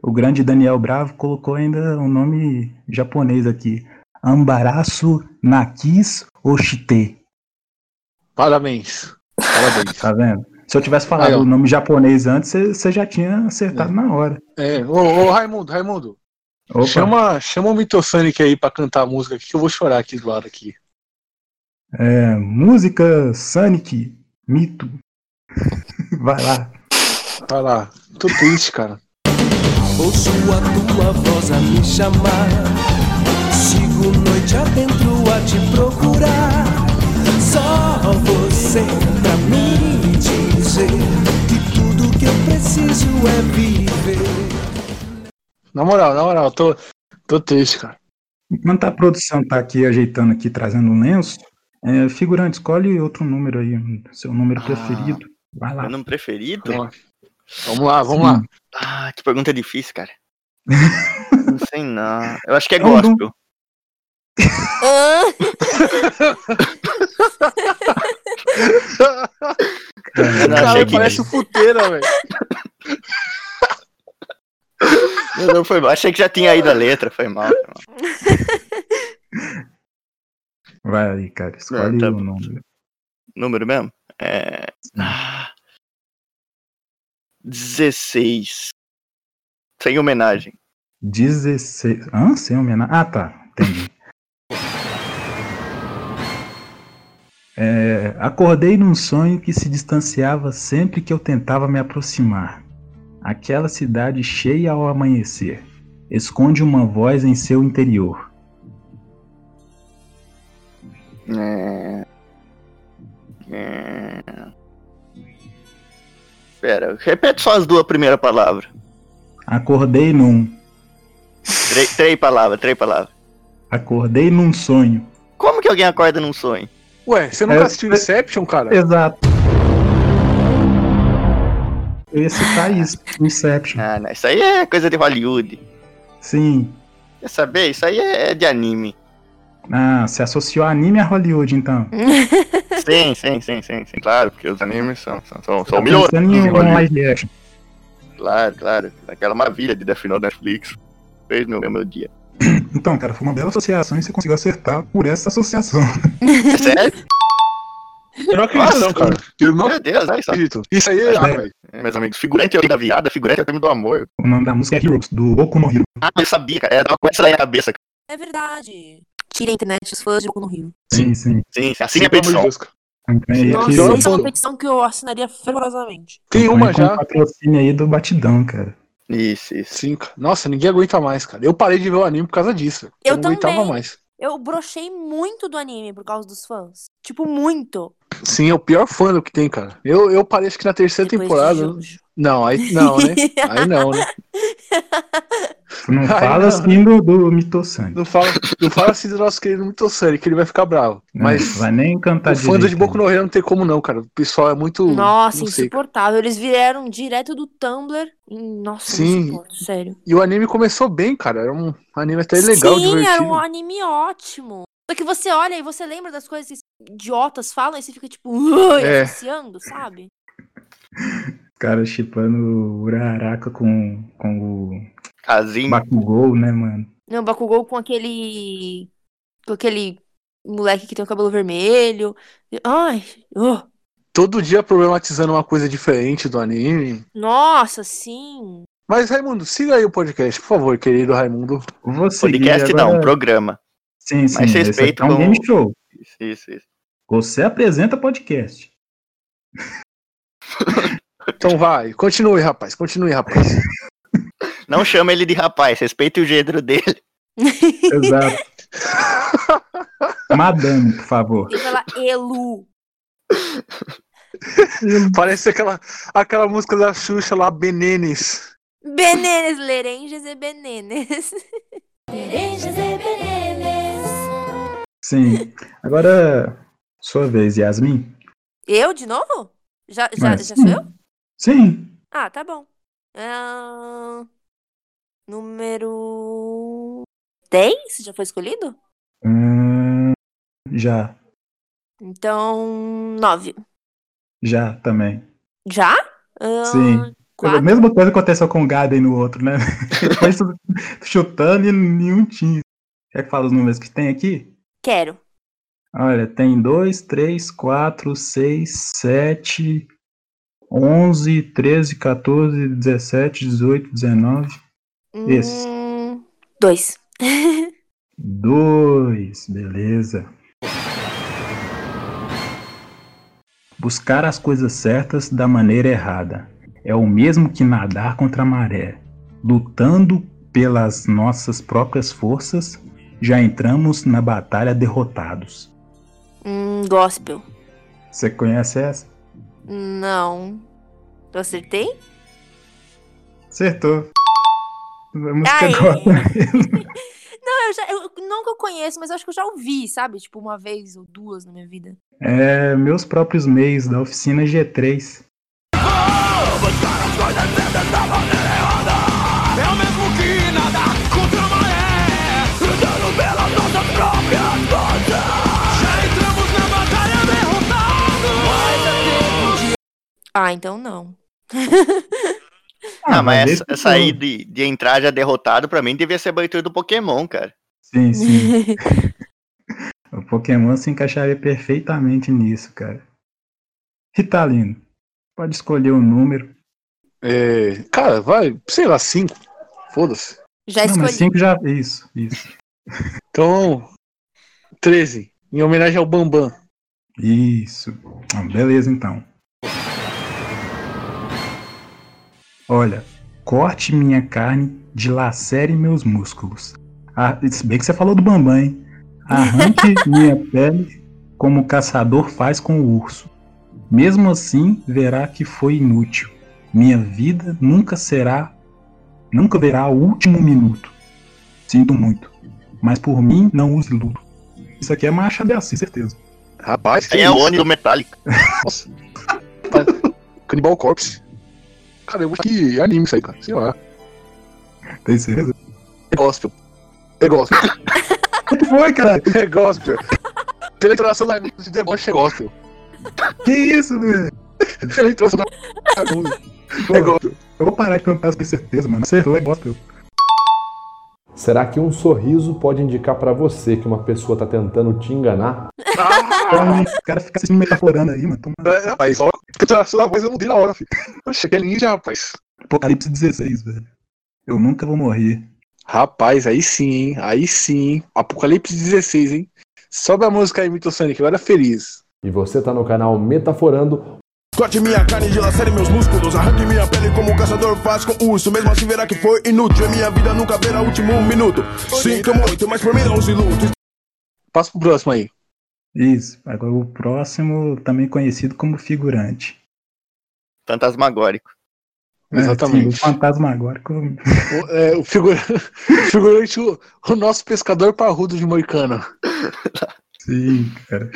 S3: o grande Daniel Bravo colocou ainda um nome japonês aqui. Ambaraço Nakis Oshite.
S2: Parabéns. Parabéns.
S3: Tá vendo? Se eu tivesse
S2: Aí,
S3: falado
S2: ó.
S3: o nome japonês antes, você- você já tinha acertado na hora.
S2: É, ô, ô Raimundo, Raimundo.
S3: Opa,
S2: Chama, chama o Mitosonic aí pra cantar a música aqui, que eu vou chorar aqui do lado aqui.
S3: é, música Sonic Mito. Vai lá.
S2: Vai lá. Tô triste, cara.
S9: Ouço a tua voz a me chamar. Sigo noite adentro a te procurar. Só você pra me dizer que tudo que eu preciso é viver.
S2: Na moral, na moral, tô, tô triste, cara.
S3: Enquanto a produção tá aqui ajeitando aqui, trazendo um lenço, é, figurante, escolhe outro número aí, um- seu número
S5: Ah.
S3: preferido. Vai lá.
S5: Meu nome preferido?
S2: Vamos lá. Vamos lá, vamos lá.
S5: Ah, que pergunta difícil, cara. Não sei não. Eu acho que é
S3: Não, não.
S5: gospel.
S4: Ah,
S3: É,
S5: Eu não achei
S2: Cara,
S5: que.
S2: parece o futeira, velho.
S5: Não, não, foi mal. Achei que já tinha ido a letra, foi mal. Foi mal.
S3: Vai aí, cara. Escolhe
S5: tá
S3: o
S5: bom.
S3: número.
S5: Número mesmo? É. ah, 16. Sem homenagem.
S3: 16. Hã? Sem homenagem. Ah, tá. Entendi. É, acordei num sonho que se distanciava sempre que eu tentava me aproximar. Aquela cidade cheia ao amanhecer. Esconde uma voz em seu interior.
S5: É... É... Pera, repete só as duas primeiras palavras.
S3: Acordei num.
S5: Três, três palavras, três palavras.
S3: Acordei num sonho.
S5: Como que alguém acorda num sonho?
S2: Ué, você nunca
S3: É,
S2: assistiu Inception, cara?
S3: Exato. Eu ia citar isso. tá Inception.
S5: Ah, não, isso aí é coisa de Hollywood.
S3: Sim.
S5: Quer saber? Isso aí é de anime.
S3: Ah, se associou a anime a Hollywood, então.
S2: Hum.
S5: Sim, sim, sim, sim, sim. Claro, porque os animes são, são, são, são milhões.
S3: Pensando em
S5: de
S3: um
S5: Hollywood.
S3: live action.
S5: Claro, claro. Aquela maravilha de Death Note Netflix. Fez meu, meu dia.
S11: Então, cara, foi uma bela associação e você conseguiu acertar por essa associação.
S5: É Sério?
S2: Eu não acredito, não, cara. Eu não
S5: Meu Deus, olha só.
S2: acredito. Isso aí é. Ah, velho.
S5: É, Meus amigos, figurante é o rei da viada, figurante é o time do amor.
S3: O nome da música é Heroes, do Boku no Hero.
S5: Ah, eu sabia, cara. Eu tava com essa daí na cabeça. cara.
S4: é verdade. Tira a internet, os fãs de Boku no Rio.
S3: Sim, sim. Então,
S5: Sim, sim, assim
S2: Pelo amor
S5: é
S2: de
S5: petição.
S2: Deus, cara.
S3: Acompanha
S2: Nossa,
S3: aqui,
S2: eu-
S4: Isso é uma petição que eu assinaria fervorosamente.
S2: Tem uma
S3: acompanha com
S2: já.
S3: um patrocínio aí do Batidão, cara.
S5: Isso, isso.
S2: Sim, cara. Nossa, ninguém aguenta mais, cara. Eu parei de ver o anime por causa disso. velho.
S4: Eu
S2: não
S4: também.
S2: aguentava mais.
S4: Eu brochei muito do anime por causa dos fãs. Tipo, muito.
S2: Sim, é o pior fã que tem, cara. Eu, eu parei acho que na terceira
S4: Depois de
S2: temporada.
S4: Jojo.
S2: Não, aí não, né? Aí não, né?
S3: Não
S2: Ai,
S3: fala
S2: não.
S3: assim do, do Mitossani.
S2: Não fala, não fala assim do nosso querido Mitosani, que ele vai ficar bravo.
S3: Não,
S2: Mas
S3: É, vai nem cantar
S2: o fã
S3: direito. né?
S2: de Boku no Hero não tem como não, cara. O pessoal é muito.
S4: Nossa, é
S2: não sei.
S4: insuportável. Eles vieram direto do Tumblr. Hum, Nossa, não
S2: Sim.
S4: suporto, sério.
S2: E o anime começou bem, cara. Era um anime até legal,
S4: Sim,
S2: divertido.
S4: era um anime ótimo. Só que você olha e você lembra das coisas que esses idiotas falam e você fica tipo, "Ui",
S3: É.
S4: associando, sabe?
S3: Os caras chipando o Uraraka com, com o
S5: Casim.
S3: Bakugou, né, mano?
S4: Não, Bakugou com aquele. com aquele moleque que tem o cabelo vermelho. Ai, oh,
S2: Todo dia problematizando uma coisa diferente do anime.
S4: nossa, sim.
S2: Mas, Raimundo, siga aí o podcast, por favor, querido Raimundo.
S3: Vou
S5: Podcast não, programa.
S3: Sim, sim.
S5: Mas
S3: esse
S5: respeito
S3: aqui é um
S5: com-
S3: game show.
S5: Isso, isso, isso.
S3: Você apresenta podcast.
S2: Então vai, continue, rapaz, continue, rapaz.
S5: Não chama ele de rapaz, respeite o gênero dele.
S3: Exato. Madame, por favor.
S4: Tem aquela Elu.
S2: Parece aquela, aquela música da Xuxa lá, Benenes.
S4: Benenes, Lerenges e Benenes.
S3: Sim. Agora, sua vez, Yasmin.
S4: Eu de novo? Já, já,
S3: Mas-
S4: já sou eu?
S3: Sim.
S4: Ah, tá bom. Ah, número 10? Já foi escolhido?
S3: Hum, já,
S4: Então, 9.
S3: já também.
S4: Já? Ah,
S3: Sim. A
S4: quatro.
S3: mesma coisa aconteceu com o Gaden no outro, né? Depois tu chutando e nenhum tinha. Quer que fale os números que tem aqui?
S4: Quero.
S3: Olha, tem 2, 3, 4, 6, 7, 11, 13, 14, 17, 18, 19. Esses.
S4: Hum, dois.
S3: Dois, beleza. Buscar as coisas certas da maneira errada é o mesmo que nadar contra a maré. Lutando pelas nossas próprias forças, já entramos na batalha derrotados.
S4: Hum, gospel.
S3: Você conhece essa?
S4: Não. Eu acertei?
S3: Acertou. A música
S4: Aê!
S3: agora.
S4: Não, Ah, eu já. Eu, não que eu conheço, mas eu acho que eu já ouvi, sabe? Tipo, uma vez ou duas na minha vida.
S3: É meus próprios meios da oficina G3.
S4: Ah, então não.
S5: Ah, mas
S3: esse
S5: essa, essa aí de, de entrar já derrotado, pra mim, devia ser a abertura do Pokémon, cara.
S3: Sim, sim. o Pokémon se encaixaria perfeitamente nisso, cara. Ritalino, pode escolher o número.
S2: É, cara, vai, sei lá, cinco. Foda-se.
S4: Já
S3: Não, mas
S4: escolhi.
S3: cinco já. Isso, isso.
S2: Então, 13. Em homenagem ao Bambam.
S3: Isso. Ah, beleza, então. Olha, corte minha carne, dilacere meus músculos. Ah, se bem que você falou do Bambam, hein? Arranque minha pele como o caçador faz com o urso. Mesmo assim, verá que foi inútil. Minha vida nunca será, nunca verá o último minuto. Sinto muito, mas por mim não use luto. Isso aqui é marcha de Assis, certeza.
S2: Rapaz, que
S5: Aí é
S2: isso?
S5: o ônibus metálico.
S2: Nossa. Canibal Corpse. Cara, eu acho que é anime isso aí, cara. Sei lá.
S3: Tem certeza?
S2: É gospel. É gospel.
S3: O que foi, cara?
S2: É gospel. Seletração da música de deboche é gospel.
S3: Que isso, velho?
S2: Seletração da música é gospel.
S3: Eu vou parar de perguntar se tem certeza, mano. Acertou, é gospel.
S12: Será que um sorriso pode indicar pra você que uma pessoa tá tentando te enganar?
S3: Então, o cara fica se metaforando aí, mano. Toma
S2: É, rapaz, ó. Seletração da voz eu mudei na hora, filho. Poxa, que é ninja, rapaz.
S3: Apocalipse 16, velho. Eu nunca vou morrer.
S2: Rapaz, aí sim, hein? Aí sim, hein? Apocalipse 16, hein? Sobe a música aí, Mito Sonic, eu era feliz.
S12: E você tá no canal Metaforando.
S13: Corte minha carne, dilacere meus músculos Arranque minha pele como o caçador faz com o urso Mesmo assim verá que foi inútil E minha vida nunca verá o último minuto Sinto muito, mas por mim não se luto
S2: Passa pro próximo aí.
S3: Isso. Agora o próximo, também conhecido como figurante.
S5: Fantasmagórico.
S2: Exatamente.
S3: É, sim, o fantasma agórico.
S2: O, é, o figura- figurante, o, o nosso pescador parrudo de Moicano.
S3: Sim, cara.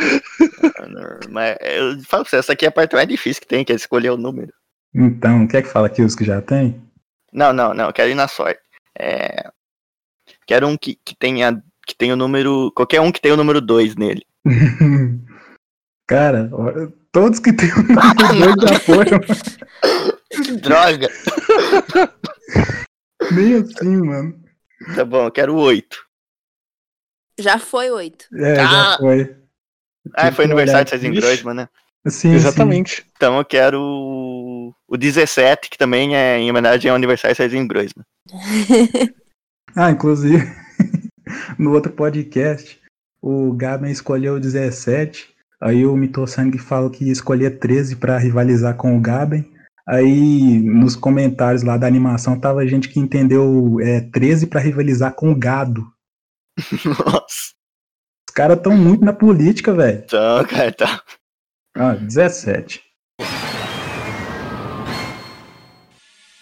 S5: Ah, não, Mas eu falo pra você, essa aqui é a parte mais difícil que tem, que é escolher o número.
S3: Então, quer que fala aqui os que já tem?
S5: Não, não, não, eu quero ir na sorte. É, Quero um que, que tenha que tenha o número. Qualquer um que tenha o número 2 nele.
S3: Cara, ó, todos que tem o número 2 já foram.
S5: Que droga!
S3: Nem assim, mano.
S5: Tá bom, eu quero 8.
S4: Já foi oito.
S3: É, já foi.
S5: Ah, foi
S3: que
S5: aniversário
S3: olhar
S5: de Cezinho
S3: aqui.
S5: Grossman, né?
S3: Sim, Exatamente.
S5: Então eu quero o- o 17, que também é em homenagem ao aniversário de Cezinho Grossman.
S3: Ah, inclusive, no outro podcast, o Gaben escolheu 17, aí o Mitosang falou que escolhia 13 pra rivalizar com o Gaben. Aí nos comentários lá da animação tava gente que entendeu é, 13 pra rivalizar com o gado.
S5: Nossa.
S3: Os caras tão muito na política, velho.
S5: Então, cara, tá.
S3: Ah, 17.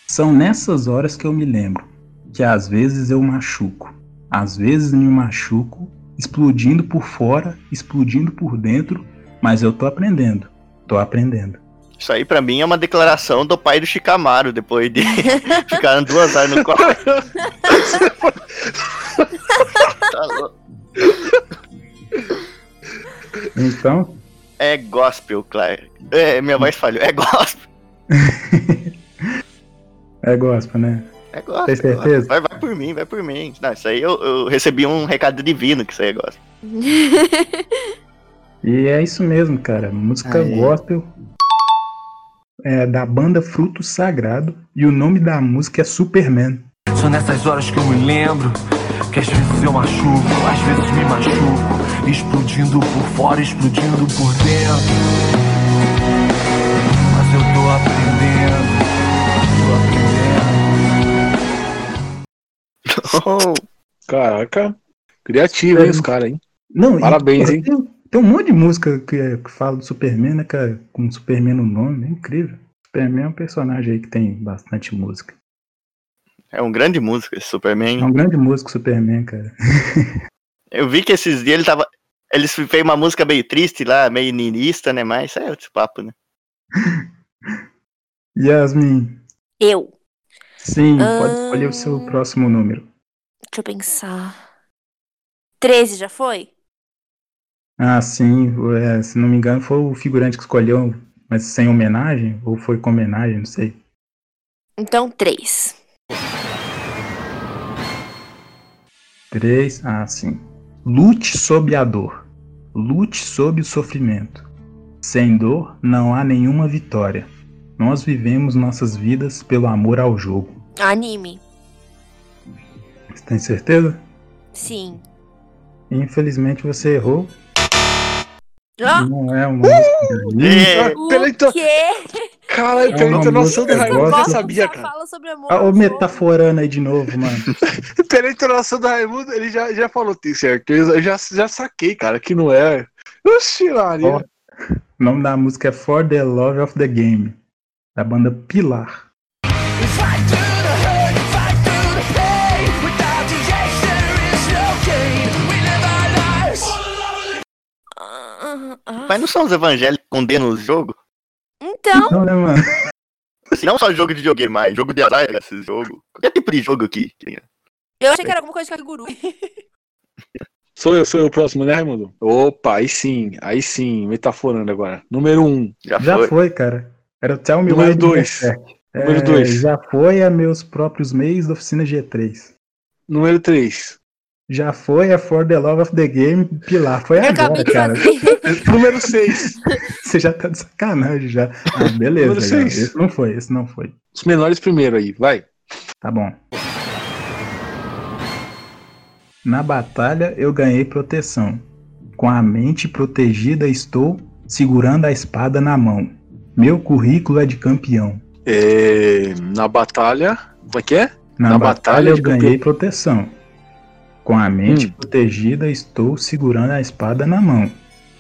S3: São nessas horas que eu me lembro que às vezes eu machuco, às vezes me machuco, explodindo por fora, explodindo por dentro, mas eu tô aprendendo, tô aprendendo.
S5: Isso aí pra mim é uma declaração do pai do Chicamaro, depois de ficaram duas horas no quarto. tá louco.
S3: Então,
S5: É gospel, claro. É, minha voz falhou. É gospel.
S3: é gospel, né?
S5: É gospel.
S3: Tem certeza?
S5: Vai, vai por mim, vai por mim. Não, isso aí eu, eu recebi um recado divino que isso aí é gospel.
S3: E é isso mesmo, cara. Música
S5: Aê.
S3: gospel é da banda Fruto Sagrado e o nome da música é Superman.
S14: São nessas horas que eu me lembro que às vezes eu machuco, às vezes me machuco, explodindo por fora, explodindo por dentro. Mas eu tô aprendendo, tô aprendendo.
S2: Caraca, criativo, hein, os caras, hein?
S3: Não, e,
S2: Parabéns,
S3: porra,
S2: hein?
S3: Tem, tem um monte de música que, é- que fala do Superman, né, cara? Com Superman no nome, é incrível. Superman é um personagem aí que tem bastante música.
S5: É um grande músico esse Superman.
S3: É
S2: Uhum.
S3: um grande músico Superman, cara.
S5: Eu vi que esses dias ele tava. Ele fez uma música meio triste lá, meio niilista, né? Mas isso aí é outro papo, né?
S3: Yasmin,
S4: Eu.
S3: sim, pode
S4: Ah.
S3: escolher o seu próximo número.
S4: Deixa eu pensar. 13 já foi?
S3: Ah, sim, é, se não me engano foi o figurante que escolheu, mas sem homenagem? Ou foi com homenagem, não sei.
S4: Então, 3.
S3: Três, ah, sim. Lute sob a dor. Lute sob o sofrimento. Sem dor não há nenhuma vitória. Nós vivemos nossas vidas pelo amor ao jogo.
S4: Anime.
S3: Você tem certeza?
S4: Sim.
S3: Infelizmente você errou.
S4: Ah!
S3: Não é uma música de anime.
S2: É, pela
S4: O quê?
S2: Caralho, pela
S3: Não,
S2: entonação
S3: música
S2: da Raimundo, eu
S3: gospel.
S2: sabia, cara.
S4: Fala sobre amor.
S3: Ah, ô, metaforando aí de novo, mano.
S2: Pela entonação da Raimundo, ele já, já falou, tem certeza. Eu já, já saquei, cara, que não é. Oxi, Maria.
S3: O nome da música é For the Love of the Game, da banda Pilar.
S4: Ah,
S5: Mas não são os evangélicos que condenam o jogo?
S4: Então,
S3: Não, né, mano?
S5: Assim, não só jogo de videogame, mas jogo de azar, esse jogo. Qualquer tipo de jogo aqui.
S4: eu achei que era alguma coisa de Kakiguru.
S3: É,
S2: Sou eu, sou eu o próximo, né, Raimundo? Opa, aí sim, aí sim, metaforando agora. Número 1. Um.
S5: Já,
S3: Já foi, cara. Era o Tell Me
S2: Número
S3: Why do
S2: dois.
S3: Berserk.
S2: Número dois.
S3: É, Já foi a meus próprios meios da oficina G3.
S2: Número 3.
S3: Já foi a For the Love of the Game Pilar. Foi
S4: Eu acabei
S3: agora,
S4: de
S3: cara.
S4: fazer.
S2: Número 6.
S3: Você já tá de sacanagem já. Ah, beleza.
S2: Número
S3: já.
S2: seis.
S3: Esse não foi, esse não foi.
S2: Os menores primeiro aí, vai.
S3: Tá bom. Na batalha eu ganhei proteção. Com a mente protegida estou segurando a espada na mão. Meu currículo é de campeão.
S2: É, na batalha. Como é que é?
S3: Na, batalha, eu
S2: de campeão.
S3: ganhei proteção. Com a mente protegida estou segurando a espada na mão.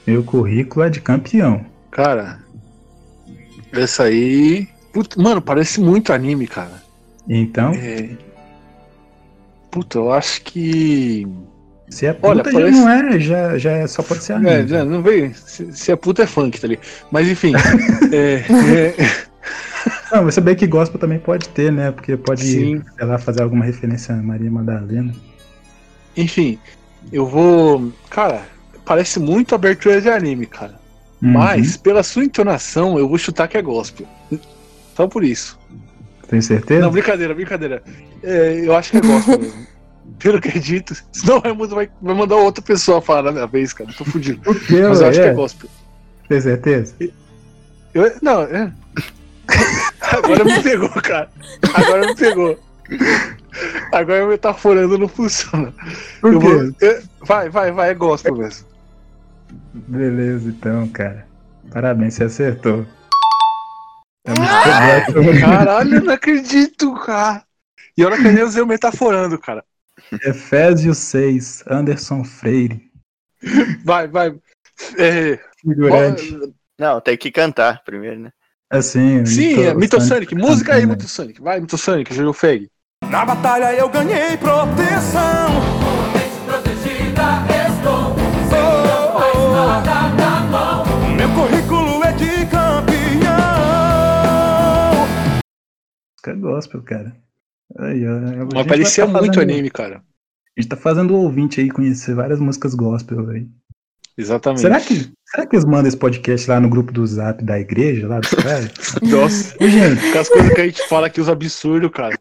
S3: Meu currículo é de campeão.
S2: Cara, essa aí. Puta, mano, parece muito anime, cara.
S3: Então?
S2: É. Puta, eu acho que.
S3: Se é puta, já não é, já, já é, só pode ser anime.
S2: É, já não veio. Se, se é puta, é funk, tá ali. Mas enfim. é, é-
S3: Não, mas saber que gospel também pode ter, né? Porque pode,
S2: Sim.
S3: sei lá, fazer alguma referência a Maria Madalena.
S2: enfim, eu vou. Cara, parece muito abertura de anime, cara.
S3: Uhum.
S2: Mas, pela sua entonação, eu vou chutar que é gospel. Só por isso.
S3: Uhum. Tem certeza?
S2: Não, brincadeira, brincadeira. É, eu acho que é gospel mesmo. Pelo que é dito. Senão vai, mud- vai- vai mandar outra pessoa falar na minha vez, cara. Tô fudido.
S3: quê,
S2: Mas eu acho que
S3: velho?
S2: é
S3: É.
S2: gospel.
S3: Tem certeza?
S2: Eu- não, é. Agora me pegou, cara. Agora me pegou. Agora meu metaforando não funciona.
S3: Por
S2: Eu
S3: quê?
S2: vou- eu- vai, vai, vai, é gospel mesmo.
S3: Beleza, então, cara. Parabéns, você acertou.
S2: É
S3: Ah, Tamo junto.
S2: Caralho, eu não acredito, cara. E olha que eu nem usei o metaforando, cara.
S3: Efésios 6, Anderson Freire.
S2: Vai, vai. É,
S3: Figurante.
S5: Não, tem que cantar primeiro, né?
S3: Assim,
S2: Sim, é Mitosonic. Música aí,
S3: cantando.
S2: Mitosonic. Vai, Mitosonic, Júlio Feg.
S9: Na batalha eu ganhei proteção. Protegida estou, sem a espada na mão. Oh. Meu currículo é de campeão.
S3: Música é gospel, cara. Aí, ó, a gente
S2: Mas
S3: vai
S2: parecia
S3: tá
S2: muito
S3: fazendo-
S2: anime, cara.
S3: A gente tá fazendo o ouvinte aí conhecer várias músicas gospel aí.
S2: Exatamente.
S3: Será que, será que eles mandam esse podcast lá no grupo do zap da igreja, lá dos caras?
S2: Nossa,
S3: Ô, gente,
S2: com as coisas que a gente fala que os absurdos, cara.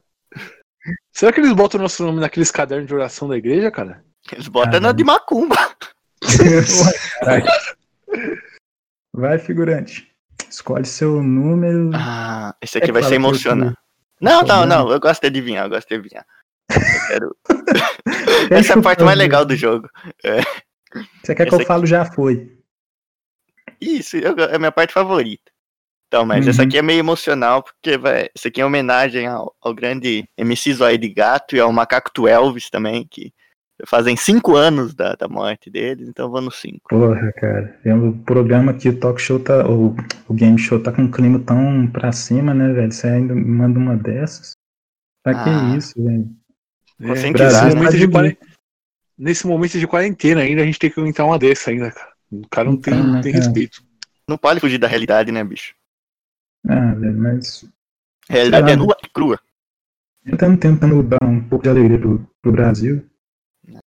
S2: Será que eles botam o nosso nome naqueles cadernos de oração da igreja, cara?
S5: Eles botam na de macumba.
S3: Caralho. Vai, figurante. Escolhe seu número.
S5: Ah, esse aqui vai
S3: Hum. É claro
S5: ser
S3: que eu Tá
S5: emocionante.
S3: queria-
S5: Não, não,
S3: Problema.
S5: não. Eu gosto de adivinhar, eu gosto de adivinhar. Eu quero- Essa é a parte
S3: chutando.
S5: mais legal do jogo. É.
S3: Você quer que
S5: Essa
S3: eu falo já foi.
S5: Isso, eu go- é a minha parte favorita. Então, mas essa aqui é meio emocional, porque vai, isso aqui é homenagem ao, ao grande MC Zóio de Gato e ao Macaco Tu Elvis também, que fazem cinco anos da, da morte dele, então vou no cinco.
S3: Porra, cara. É um programa que o talk show tá. Ou, o game show tá com um clima tão pra cima, né, velho? Você ainda me manda uma dessas. Pra
S2: Ah.
S3: que isso, velho?
S2: É, Nesse
S3: Brasil,
S2: momento
S3: tá
S2: de
S3: de
S2: quaren-
S3: mim.
S2: Nesse momento de quarentena ainda, a gente tem que inventar uma dessa ainda, cara. O cara não tem,
S3: Então,
S2: não
S3: né,
S2: tem
S3: cara?
S2: respeito.
S5: Não pode fugir da realidade, né, bicho?
S3: Ah, velho, mas.
S5: Realidade
S3: Sei
S5: é
S3: lá,
S5: nua e crua.
S3: Eu tamo tentando dar um pouco de alegria pro, pro Brasil.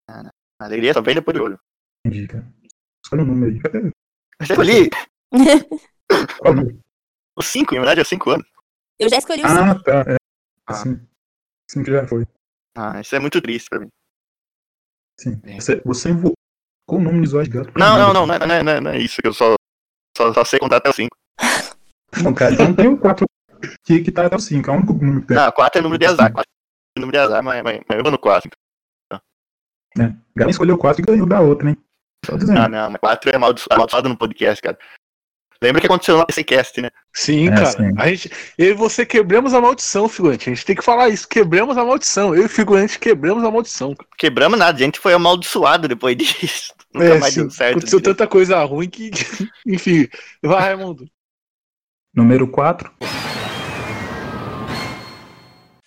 S5: A alegria só vem depois do olho.
S3: Entendi, cara. Escolhe um número aí. Cadê?
S5: Mas eu li
S3: Qual número?
S5: os cinco, na verdade é cinco anos.
S4: Eu já escolhi um o
S3: Ah,
S4: cinco.
S3: tá. É. Assim, assim que já foi.
S5: Ah, isso é muito triste pra mim.
S3: Sim. Você, você invocou o nome de Zóio de Gato. pra
S5: Não, não,
S3: nada.
S5: não, não, é- não, é- não, é- não é isso que eu só, só, só sei contar até o cinco.
S3: Não, cara, então tem o 4 aqui que tá até o 5. É o único número que tem.
S5: Não, 4 é número de azar. 4 é número de azar, mas, mas, mas eu vou no 4.
S3: Né? Galinha escolheu 4 e ganhou da outra, hein? Só
S2: Hum.
S3: dizendo.
S5: Ah, não, mas 4 é amaldiço- amaldiçoado no podcast, cara. Lembra que aconteceu lá nesse cast, né?
S2: Sim,
S5: É,
S2: cara.
S5: sim.
S2: A gente, eu e você quebramos a maldição, figurante. A gente tem que falar isso. Quebramos a maldição. Eu e o figurante quebramos a maldição. cara.
S5: Quebramos nada, a gente foi amaldiçoado depois disso. Nunca
S2: É,
S5: mais
S2: sim,
S5: deu certo.
S2: aconteceu
S5: direito.
S2: tanta coisa ruim que. Enfim, vai, Raimundo.
S3: Número 4.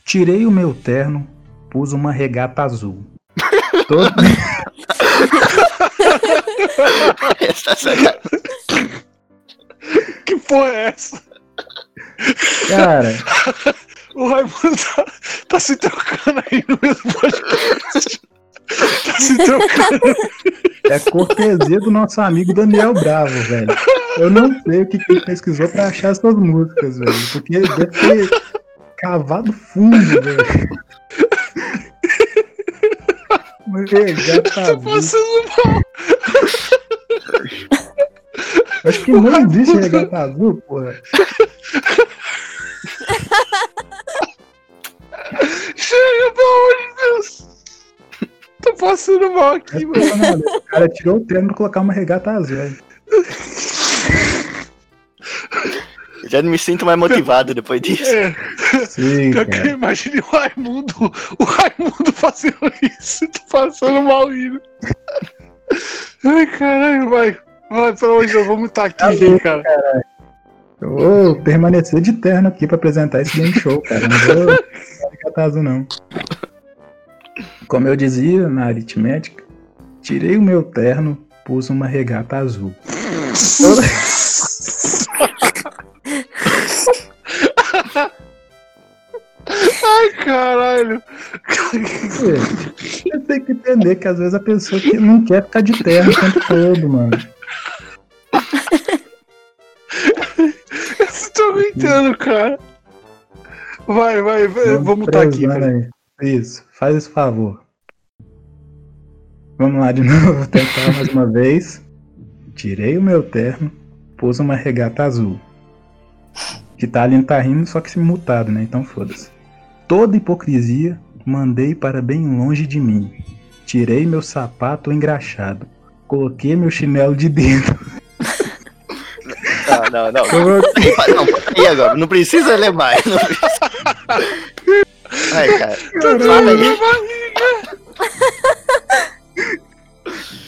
S3: Tirei o meu terno, pus uma regata azul. Todo...
S5: Essa é saca-
S2: Que porra é essa?
S3: Cara,
S2: O Raimundo tá, tá se trocando aí no mesmo podcast. Tá se trocando.
S3: é cortesia do nosso amigo Daniel Bravo, velho. Eu não sei o que, que ele pesquisou pra achar essas músicas, velho. Porque ele deve ter cavado fundo, velho. Uma Regata
S2: Tá
S3: azul.
S2: passando mal.
S3: Acho que não existe regata azul, porra.
S2: Chega, um pelo amor de Deus. Tô passando mal aqui, mano.
S3: Olha, né? O cara tirou o terno pra colocar uma regata azul. velho.
S5: Já não me sinto mais motivado depois disso.
S2: É,
S3: Sim,
S2: pior que eu imaginei o Raimundo, o Raimundo fazendo isso, tô passando mal rindo. tá Ai, caralho, vai. Vai, pelo amor de Deus, vamos estar aqui, gente, cara.
S3: Eu vou permanecer de terno aqui pra apresentar esse game show, cara. Não vou ficar caso, não. Como eu dizia na aritmética, tirei o meu terno, pus uma regata azul.
S2: Ai, caralho.
S3: Você tem É, que entender que às vezes a pessoa que não quer ficar de terno o tempo todo, mano.
S2: Eu não tô aguentando, cara. Vai, vai, vai. eu vou mutar aqui.
S3: Prezando
S2: peraí.
S3: aí. né, Isso, faz esse favor. Vamos lá de novo, vou tentar mais uma vez. Tirei o meu terno, pus uma regata azul. Italino tá rindo, só que se mutado, né? Então foda-se. Toda hipocrisia mandei para bem longe de mim. Tirei meu sapato engraxado. Coloquei meu chinelo de dentro.
S5: Não, não, não. Não, para aí agora. Não precisa ler mais. Não precisa. Ai, cara. Fala aí.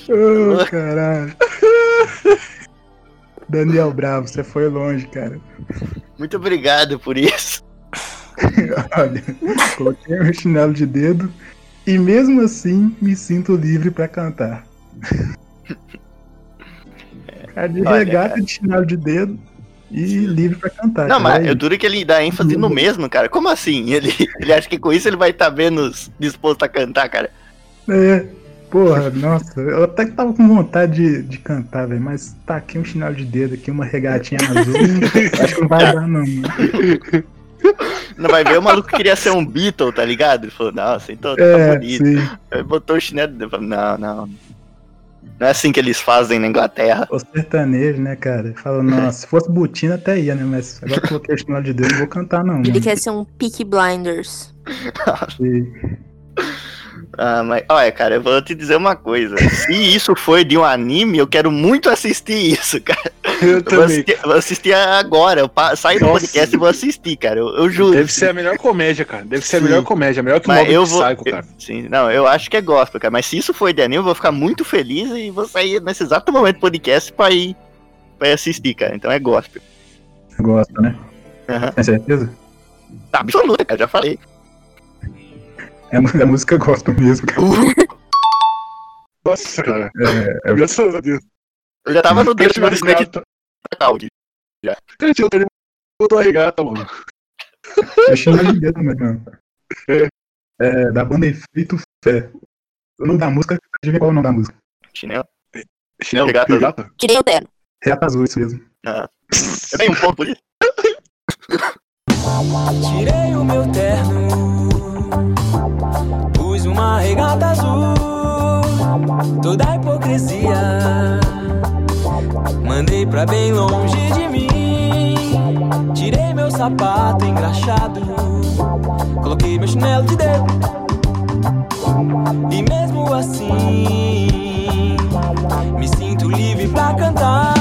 S3: Oh, caralho. Daniel Bravo, você foi longe, cara.
S5: Muito obrigado por isso.
S3: Olha, coloquei meu chinelo de dedo e mesmo assim me sinto livre pra cantar. Cara de
S5: olha,
S3: regata de chinelo de dedo e livre pra
S2: Tá
S3: cantar. tá
S5: Não,
S3: cara.
S5: mas eu duro que ele dá ênfase
S2: Uhum.
S5: no mesmo, cara. Como assim? Ele, ele acha que com isso ele vai estar menos disposto a cantar, cara.
S3: É, porra, nossa, eu até que tava com vontade de, de cantar, velho, mas tá aqui um chinelo de dedo, aqui uma regatinha azul, acho que não vai dar não, mano.
S5: Tá Não vai ver, o maluco queria ser um Beatle, tá ligado? Ele falou, nossa, então tá
S3: É,
S5: bonito.
S3: sim.
S5: Aí botou o chinelo. eu falei, Não, não. Não é assim que eles fazem na Inglaterra.
S3: O sertanejo, né, cara? Fala, nossa, se fosse botina até ia, né, mas agora que eu coloquei o chinelo de dedo, não vou cantar não, mano.
S4: Ele
S5: é
S4: quer ser um Peaky Blinders.
S5: Ah, mas, olha, cara, eu vou te dizer uma coisa. Se isso foi de um anime, eu quero muito assistir isso, cara.
S2: Eu
S5: vou
S2: também.
S5: assistir, vou assistir agora. Eu pa- saio do
S2: Nossa.
S5: podcast e vou assistir, cara. Eu, eu
S3: né?
S5: juro.
S2: Deve ser a melhor comédia, cara. Deve ser a
S5: Sim.
S2: melhor comédia. Melhor que o
S5: Mas
S2: Mob
S5: eu vou.
S2: Psycho, cara.
S5: eu- sim, não, eu acho que é gospel, cara. Mas se isso foi de anime, eu vou ficar muito feliz e vou sair nesse exato momento do podcast pra ir, pra ir assistir, cara. Então é gospel.
S3: Você gosta, né?
S5: Aham.
S3: Tem certeza?
S5: Tá, absoluta, cara, já falei.
S3: É, mu- é música gospel mesmo, cara.
S2: Nossa, cara.
S3: É, é-
S2: Graças a Deus.
S5: Eu já tava no
S2: Cara,
S5: dedo
S2: tirou
S5: do
S2: a regata.
S5: Snake. Já.
S2: Cara, tirou ele botou a regata, mano.
S3: é chinelo de dedo mesmo. É, da banda Efeito Fé. O nome da música, adivinha qual é o nome da música?
S5: Chinelo.
S2: Chinelo,
S5: Regata.
S2: regata.
S4: Tirei o terno.
S3: Reata Azul, isso mesmo.
S5: Ah. Eu tenho um pouco disso.
S9: Tirei o meu terno, pus uma regata azul, toda a hipocrisia. Mandei pra bem longe de mim. Tirei meu sapato engraxado, coloquei meu chinelo de dedo. E mesmo assim, me sinto livre pra cantar.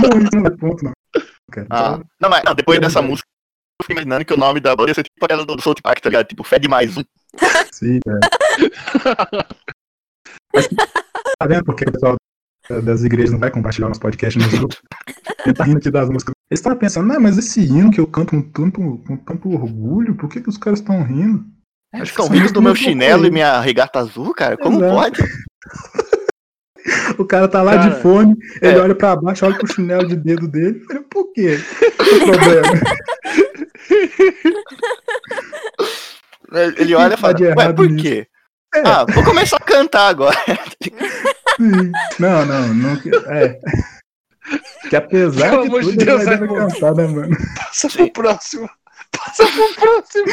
S3: Não, isso não é ponto, não. Então-
S5: Ah, não, mas não, depois dessa música, eu fiquei imaginando que o nome da banda ia ser tipo aquela do South Park, tá ligado? Tipo, Fed mais um.
S3: então, Sim, cara. Tá vendo porque o pessoal da- das igrejas não vai compartilhar nosso podcast nos grupos? Ele tá rindo aqui das músicas. Eles estavam pensando, ah, mas esse hino que eu canto com tanto, com tanto orgulho, por que, que os caras estão rindo?
S5: Eles
S3: que
S5: ficam
S3: essa
S5: rindo
S3: música
S5: do meu
S3: não é
S5: chinelo
S3: boa.
S5: e minha regata azul, cara? Como
S3: Exato.
S5: pode?
S3: O cara tá lá
S5: Cara,
S3: de fone, ele
S5: é.
S3: olha pra baixo, olha pro chinelo de dedo dele. Eu falei, por quê? Qual o problema?
S5: Ele olha e fala,
S3: tá de
S5: ué,
S3: errado
S5: por
S3: nisso?" É.
S5: quê? Ah, vou começar a cantar agora.
S3: Sim. Não, não, não. que- É. Que apesar
S2: Pelo
S3: de
S2: amor de
S3: tudo, ele
S2: Deus,
S3: ainda vai
S2: Raimundo.
S3: cantar, né, mano?
S2: Passa pro próximo. Passa pro próximo.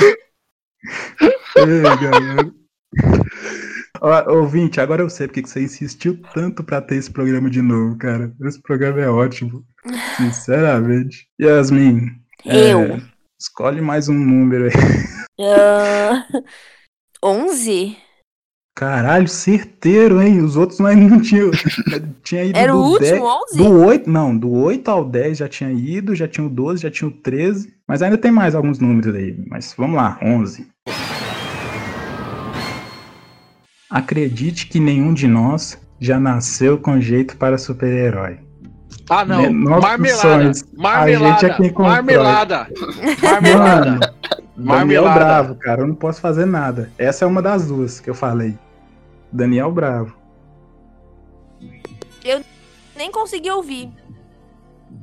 S3: Ei, galera. Ó, Ouvinte, agora eu sei porque que você insistiu tanto pra ter esse programa de novo, cara. Esse programa é ótimo. Sinceramente. Yasmin. é,
S4: Eu.
S3: escolhe mais um número aí.
S4: Ah, 11?
S3: Caralho, certeiro, hein? Os outros nós não tinham. tinha ido
S4: Era o
S3: do
S4: último,
S3: 10
S4: 11?
S3: Do 8, não, do 8 ao 10 já tinha ido, já tinha o 12, já tinha o 13. Mas ainda tem mais alguns números aí. Mas vamos lá, 11. Acredite que nenhum de nós já nasceu com jeito para super-herói.
S2: Ah, não.
S3: Menor
S2: marmelada.
S3: opções.
S2: Marmelada.
S3: A gente é quem controla.
S2: marmelada. Marmelada.
S3: Mano, Daniel
S2: Marmelada.
S3: Bravo, cara, eu não posso fazer nada. Essa é uma das duas que eu falei. Daniel Bravo.
S4: Eu nem consegui ouvir.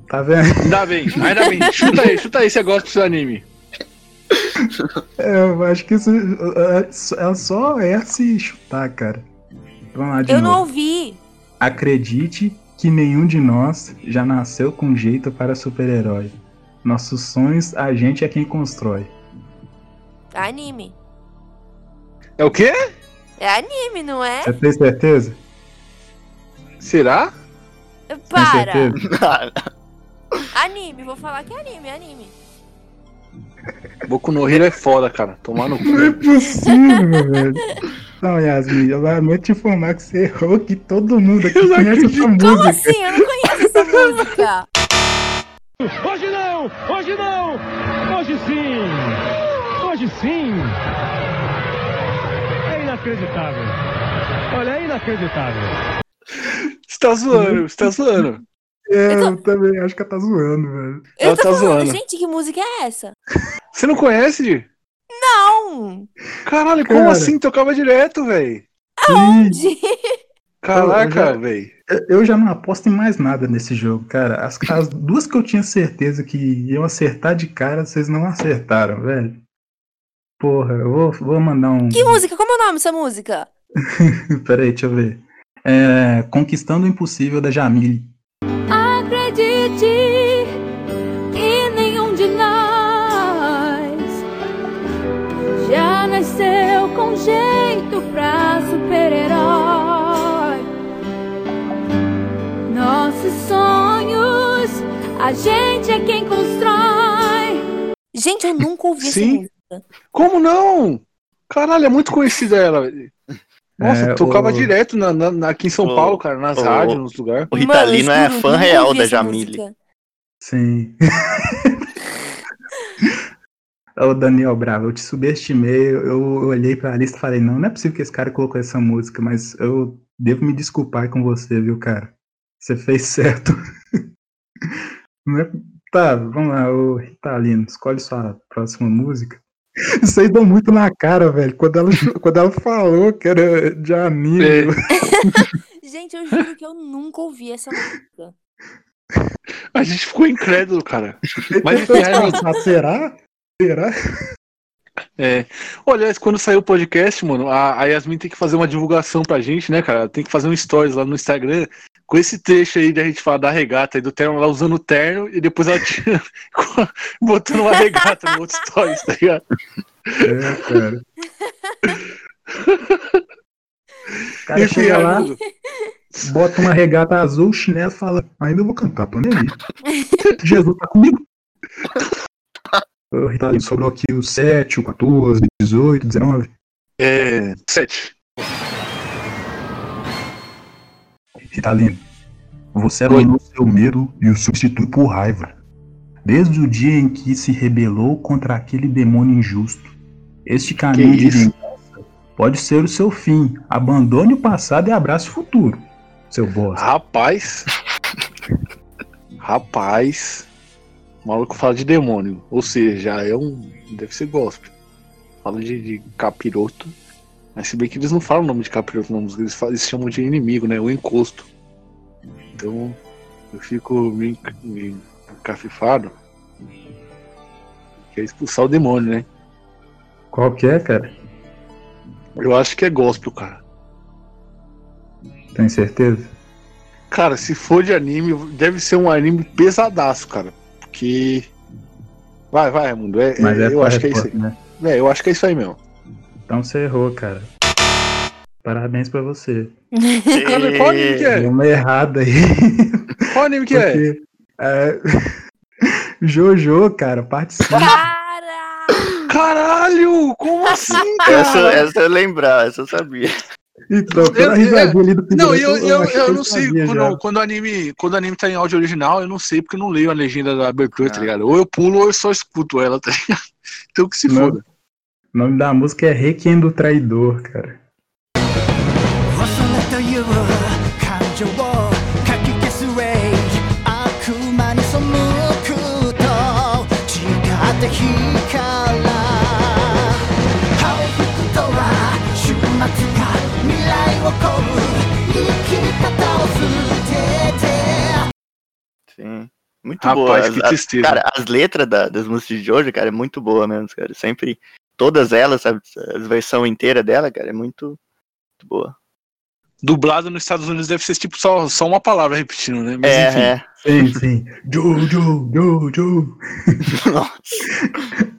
S3: Tá vendo?
S2: Ainda bem, ainda bem. Chuta aí, chuta aí se você gosta desse anime.
S3: É, eu acho que isso. é, Ela só é se chutar, cara. Vamos lá de
S4: Eu
S3: novo.
S4: não ouvi.
S3: Acredite que nenhum de nós já nasceu com jeito para super-herói. Nossos sonhos a gente é quem constrói.
S4: Anime.
S2: É o quê?
S4: É anime, não é?
S3: Você tem certeza?
S2: Será?
S4: Para.
S3: É,
S5: Ah,
S3: certeza?
S4: Anime, vou falar que é anime, é anime.
S2: Boku no Hero é foda, cara. Tomar no
S3: Não é
S2: cu.
S3: possível, velho. Não, Yasmin, eu lamento te informar que você errou, que todo mundo aqui conhece essa música.
S4: Como assim? Eu não conheço essa música.
S9: Hoje não! Hoje não! Hoje sim! Hoje sim! É inacreditável! Olha, é inacreditável!
S2: Você tá zoando, você tá zoando.
S3: É, eu também acho que ela tá zoando, velho.
S4: Eu tô falando, gente, que música é essa?
S2: Você não conhece, Di?
S4: Não!
S2: Caralho, como
S3: Cara.
S2: assim? Tocava direto, velho.
S4: Aonde?
S2: Caraca, velho.
S3: Eu já não aposto em mais nada nesse jogo, cara. As, as duas que eu tinha certeza que iam acertar de cara, vocês não acertaram, velho. Porra, eu vou, vou mandar um.
S4: Que música? Como é o nome dessa música?
S3: Peraí, deixa eu ver. É, Conquistando o Impossível da Jamile.
S15: Acredite que nenhum de nós já nasceu com jeito pra super-herói. Nossos sonhos, a gente é quem constrói.
S4: Gente, eu nunca ouvi essa
S2: Sim.
S4: música.
S2: Como não? Caralho, é muito conhecida ela, velho. Nossa,
S3: É,
S2: tocava
S3: o-
S2: direto na, na- na- aqui em São
S5: o-
S2: Paulo, cara, nas
S5: o-
S2: rádios, nos lugares.
S5: o Ritalino é
S4: Juro,
S5: fã
S4: nunca
S5: real
S4: ouvi
S5: da
S4: essa
S5: Jamile.
S4: música.
S3: Sim. Ô, É Daniel Bravo, eu te subestimei. Eu, eu olhei pra lista e falei: não, não é possível que esse cara colocou essa música, mas eu devo me desculpar com você, viu, cara? Você fez certo. Não é- Tá, vamos lá, ô Ritalino, escolhe sua próxima música. Vocês dão muito na cara, velho. Quando ela, chu- quando ela falou que era de anime.
S4: Gente, eu juro que eu nunca ouvi essa música.
S2: A gente ficou incrédulo, cara. Mas
S3: Mas
S2: enfim, aí,
S3: Então, tipo, ah, será? Será?
S2: é. Olha, quando sair o podcast, mano, a, a Yasmin tem que fazer uma divulgação pra gente, né, cara? Tem que fazer um stories lá no Instagram com esse trecho aí da gente falar da regata e do terno lá usando o terno e depois ela tira, botando uma regata no outro stories, tá ligado?
S3: É, cara. O cara
S2: Enfim,
S3: chega lá,
S2: Raimundo.
S3: bota uma regata azul, chinelo e fala, ainda vou cantar, pô, nem aí. Jesus tá comigo. Ô, Ritalino, sobrou aqui o 7, o 14, 18, 19.
S2: É. Sete.
S3: Ritalino, você abandonou seu medo e o substitui por raiva. Desde o dia em que se rebelou contra aquele demônio injusto. Este caminho de
S2: isso?
S3: vingança pode ser o seu fim. Abandone o passado e abrace o futuro, seu bosta.
S2: Rapaz. Rapaz. O maluco fala de demônio. Ou seja, já é um. Deve ser gospel. Fala de, de capiroto. Mas se bem que eles não falam o nome de capiroto na música, eles, falam- eles chamam de inimigo, né? O encosto. Então eu fico me, me cafifado. Que é expulsar o demônio, né?
S3: Qual que é, cara?
S2: Eu acho que é gospel, cara.
S3: Tem certeza?
S2: Cara, se for de anime, deve ser um anime pesadaço, cara. Porque. Vai, vai, Raimundo. É,
S3: Mas
S2: é-
S3: essa
S2: eu
S3: a
S2: acho que é isso
S3: resposta,
S2: aí.
S3: né?
S2: É, eu acho que é isso aí mesmo.
S3: Então você errou, cara. Parabéns pra você.
S2: Cara, qual anime que
S3: Deu
S2: é?
S3: uma errada aí.
S2: Qual anime que é?
S3: porque, é, Jojo, cara, parte 5.
S2: Caralho! Como assim, cara?
S5: Essa,
S3: é
S5: essa eu lembrava, essa eu sabia.
S3: Então,
S2: Eu-
S3: pela risadinha ali do
S2: Não,
S3: Figueiredo,
S2: eu, eu,
S3: achei que
S2: eu
S3: ele
S2: não sei.
S3: sabia já.
S2: Quando, quando o anime, quando o anime tá em áudio original, eu não sei porque eu não leio a legenda da abertura, tá ligado? Ou eu pulo ou eu só escuto ela, tá ligado? Então que se
S3: Não.
S2: foda.
S3: O nome da música é Requiem do Traidor, cara.
S9: 恐れという感情をかき消す Ray った日からハイブリッドは週末が未来をこう一気に片を捨てて
S5: Sim. Muito
S2: Rapaz,
S5: boa. As-
S2: que
S5: as-
S2: tristeza.
S5: cara, as letras da- das músicas de hoje, cara, é muito boa mesmo, cara. Sempre, todas elas, sabe, a versão inteira dela, cara, é muito, muito boa.
S2: Dublado nos Estados Unidos deve ser tipo só, só uma palavra repetindo, né? Mas
S5: É,
S2: enfim.
S5: é.
S3: Sim, sim. Jojo, Jojo.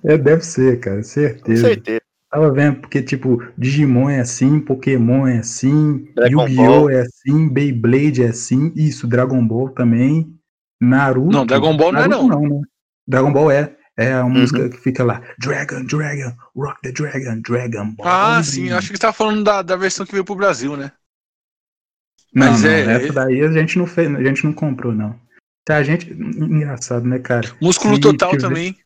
S3: É, deve ser, cara, certeza.
S5: Com certeza.
S3: Tava vendo, porque, tipo, Digimon é assim, Pokémon é assim,
S5: Dragon
S3: Yu-Gi-Oh!
S5: Ball.
S3: é assim, Beyblade é assim, isso, Dragon Ball também, Naruto.
S2: Não, Dragon Ball não é
S3: Naruto
S2: não. Uhum.
S3: né? Dragon Ball é. É a música que fica lá, Dragon, Dragon, Rock the Dragon, Dragon Ball.
S2: Ah, sim, eu acho que você tava falando da, da versão que veio pro Brasil, né?
S3: Não,
S2: Mas
S3: não,
S2: é-
S3: essa daí a gente não fez, a gente não comprou, não. Tá, a gente. Engraçado, né, cara?
S2: Músculo
S3: Se
S2: Total
S3: tiver-
S2: também.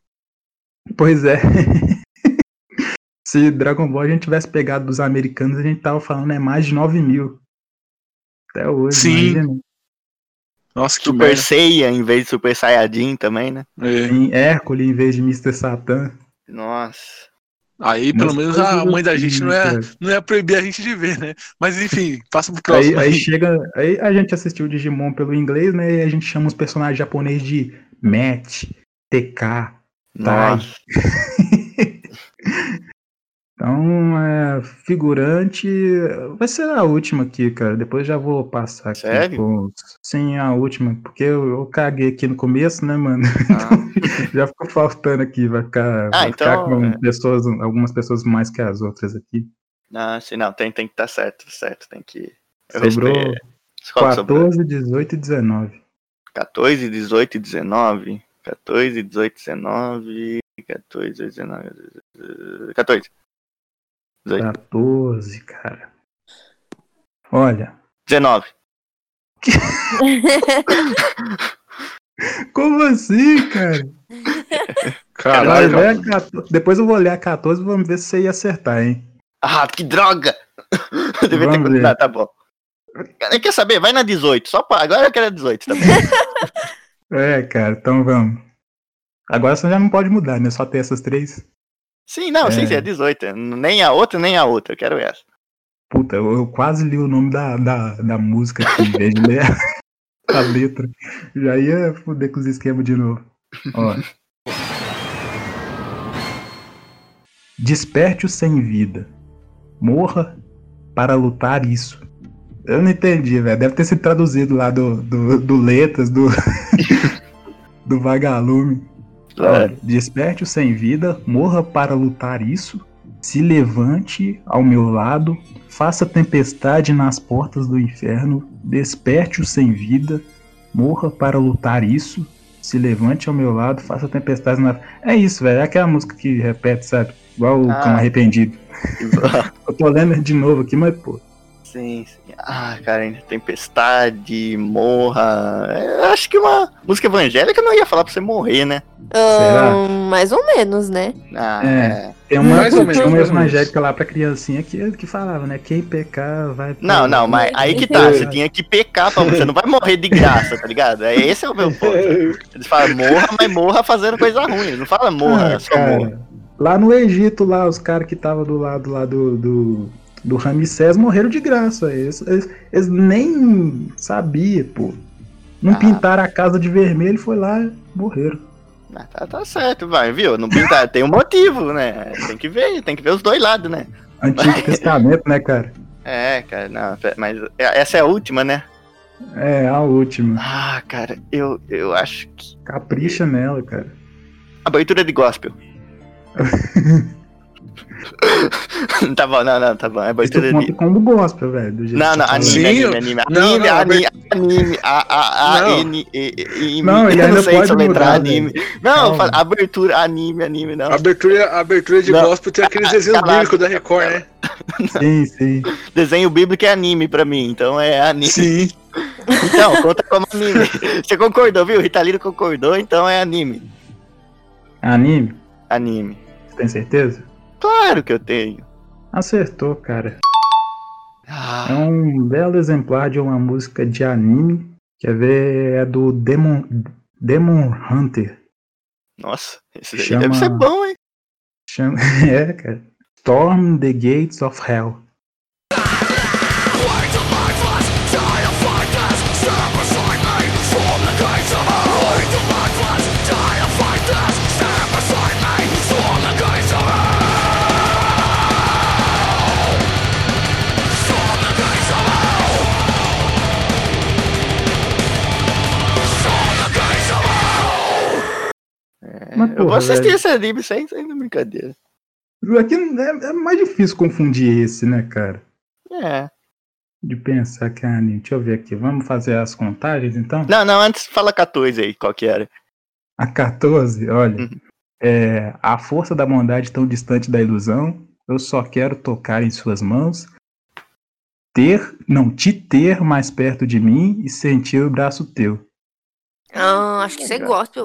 S3: Pois é. Se Dragon Ball a gente tivesse pegado dos americanos, a gente tava falando é mais de 9 mil. Até hoje.
S2: Sim.
S3: imagina.
S2: Nossa, que
S5: Super
S2: merda. É,
S5: Seiya em vez de Super Saiyajin também, né?
S3: Em Hércules em vez de Mr. Satan.
S5: Nossa.
S2: Aí pelo
S3: Mas
S2: menos
S3: coisas
S2: a mãe da
S3: assim,
S2: gente não
S3: né,
S2: ia,
S3: cara?
S2: não ia proibir a gente de ver, né? Mas enfim, passa pro
S3: Aí,
S2: próximo.
S3: aí
S2: aí.
S3: chega. Aí a gente assistiu o Digimon pelo inglês, né? E a gente chama os personagens japoneses de Matt, TK,
S2: Tá.
S3: Tai.
S5: Nossa.
S3: Então, é, figurante vai ser a última aqui, cara. Depois já vou passar aqui.
S5: Sério?
S3: pros- Sim, a última, porque eu, eu caguei aqui no começo, né, mano? Então, já ficou faltando aqui, vai ficar, vai ficar
S5: Ah. então,
S3: com
S5: é.
S3: pessoas, algumas pessoas mais que as outras aqui.
S5: Não, assim, não, tem, tem que estar certo, certo, tem que... eu
S3: Sobrou
S5: respeito. Qual que sobrou?
S3: 14, 18 e 19.
S5: 14, 18 e 19. 14, 18 e 19. 14, 19. 14. 18.
S3: 14, cara. Olha,
S5: 19.
S3: como assim, cara?
S5: Tá
S2: Caralho,
S3: Vai, vai a 14. Depois eu vou olhar a 14 e vamos ver se você ia acertar, hein?
S5: Ah, que droga! Eu devia
S3: Vamos
S5: ter
S3: ver.
S5: continuado, tá bom. Cara, Quer saber? Vai na 18. Só pra... Agora eu quero a 18 também.
S3: É, cara, então vamos. Agora você já não pode mudar, né? Só ter essas três.
S5: Sim, não, sim,
S3: É.
S5: sim, é 18. Nem a outra, nem a outra. Eu quero essa.
S3: Puta, eu, eu quase li o nome da, da, da música aqui, em vez de ler a, a letra. Já ia foder com os esquemas de novo. Ó. Desperte o sem vida. Morra para lutar isso. Eu não entendi, velho. Deve ter sido traduzido lá do, do, do Letras, do, do Vagalume.
S5: É.
S3: Olha, Então, desperte o sem vida, morra para lutar isso, se levante ao meu lado, faça tempestade nas portas do inferno, desperte o sem vida, morra para lutar isso, se levante ao meu lado, faça tempestade nas. É isso, velho. É aquela música que repete, sabe? Igual o
S5: Ah.
S3: Cão Arrependido. Eu tô lendo de novo aqui, mas, pô.
S5: Sim, sim. Ah, cara, ainda tempestade, morra. É, acho que uma música evangélica não ia falar pra você morrer, né?
S3: Será?
S4: Ahn, Hum, mais ou menos, né?
S5: Ah,
S3: É. Tem uma,
S5: Mais ou menos,
S3: tinha uma
S5: mais ou menos.
S3: evangélica lá pra criancinha que, que falava, né? Quem pecar vai.
S5: Não, não, mas aí que tá, você tinha que pecar pra você não vai morrer de graça, tá ligado? É Esse é o meu ponto. Eles falam morra, mas morra fazendo coisa ruim. Eles não falam morra,
S3: Ah,
S5: só
S3: cara.
S5: morra.
S3: Lá no Egito, lá, os caras que estavam do lado lá do, do, do Ramsés morreram de graça. Eles, eles- eles nem sabiam, pô. Não pintaram a casa de vermelho, foi lá e morreram.
S5: Ah, tá, tá certo, vai, viu? Não pintar, tem um motivo, né? Tem que ver, tem que ver os dois lados, né?
S3: Antigo Testamento, né, cara?
S5: É, cara, não, pe- mas essa é a última, né?
S3: É, a última.
S5: Ah, cara, eu, eu acho que.
S3: Capricha nela, cara.
S5: Abertura de gospel. tá bom, não, não, tá bom. É
S3: Isso
S5: abertura de.
S3: conta como gospel, velho. do jeito
S5: Não,
S3: que
S5: não,
S3: tá falando.
S5: anime, anime, anime.
S3: Não,
S5: Anime,
S3: não,
S5: anime,
S3: Roberto.
S5: anime, a, a, a,
S3: Não.
S5: N, e, e, e,
S3: Não, ele
S5: eu
S3: ainda
S5: não sei
S3: pode
S5: se eu letrar
S3: mudar,
S5: anime. Não, fala, abertura, anime, anime, não.
S2: Abertura, abertura de
S5: Não.
S2: gospel tem aqueles desenhos
S5: Calaca.
S2: bíblicos da Record, né?
S3: Sim, sim.
S5: Desenho bíblico é anime pra mim, então é anime.
S2: Sim.
S5: Então, conta como anime. Você concordou, viu? Ritalino concordou, então é anime.
S3: Anime?
S5: Anime.
S3: Você tem certeza?
S5: Claro que eu tenho.
S3: Acertou, cara. É um belo exemplar de uma música de anime. Quer ver? É do Demon, Demon Hunter.
S5: Nossa, esse daí deve ser bom, hein?
S3: Chama... É, cara. Storm the Gates of Hell.
S5: Mas, eu porra, vou assistir velho. esse anime sem, sem brincadeira.
S3: Aqui é, é, mais difícil confundir esse, né, cara?
S5: É.
S3: De pensar que é anime. Deixa eu ver aqui. Vamos fazer as contagens, então?
S5: Não, não, antes fala 14 aí, qual que era.
S3: A 14, olha. Uhum. É, a força da bondade tão distante da ilusão. Eu só quero tocar em suas mãos. Ter, não, te ter mais perto de mim e sentir o braço teu.
S4: Ah, acho que você gosta,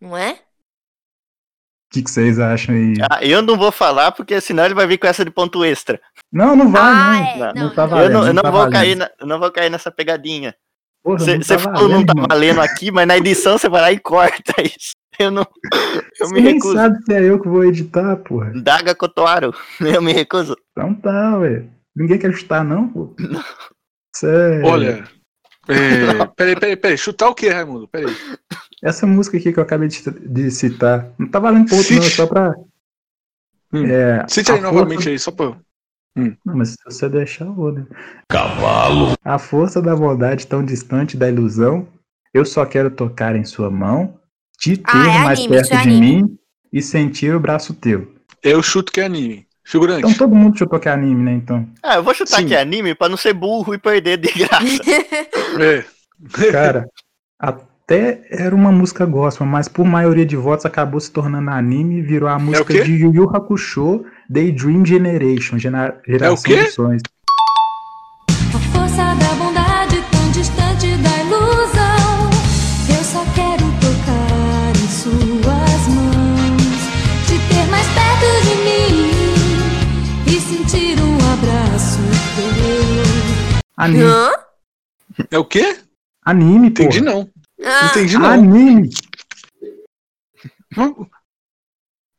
S4: não é?
S3: O que, que, vocês acham aí?
S5: Ah, eu não vou falar, porque senão ele vai vir com essa de ponto extra.
S3: Não, não vai, ah, não. É, não. não. tá valendo,
S5: eu não, eu não
S3: tá
S5: vou
S3: valendo.
S5: cair na, não vou cair nessa pegadinha. Você tá falou não tá valendo aqui, mas na edição você vai lá e corta isso. Eu não. Eu
S3: você me recuso. sabe se é eu que vou editar, porra.
S5: Daga Cotoaro. Eu me recuso.
S3: Então tá, ué. Ninguém quer chutar, não, pô. Não. Sério.
S2: Olha. É... Peraí, peraí, peraí. Chutar o que, Raimundo? Peraí.
S3: Essa música aqui que eu acabei de, citar, não tá valendo ponto, Cite. não, só pra.
S2: Hum. É, Cite
S3: Ah,
S2: aí força... novamente aí, só pra.
S3: Hum. Não, mas se você deixar, eu vou, né?
S5: Cavalo!
S3: A força da bondade tão distante da ilusão, eu só quero tocar em sua mão, te ter ah, é mais anime, perto é de mim e sentir o braço teu.
S2: Eu chuto que é anime. Figurante.
S3: Então todo mundo chutou que é anime, né? Então.
S5: Ah, eu vou chutar Sim. que é anime pra não ser burro e perder de graça.
S3: é. Cara, a até era uma música gospel, mas por maioria de votos acabou se tornando anime e virou a música é de Yu Yu Hakusho Daydream Generation, gera geração
S2: é
S3: de sonhos.
S15: A força da bondade tão distante da ilusão, eu só quero tocar em suas mãos, te ter mais perto de mim e sentir um abraço teu.
S3: Anime. Hã?
S2: É o quê?
S3: Anime, pô.
S2: Entendi não. Ah, Entendi não.
S3: Anime.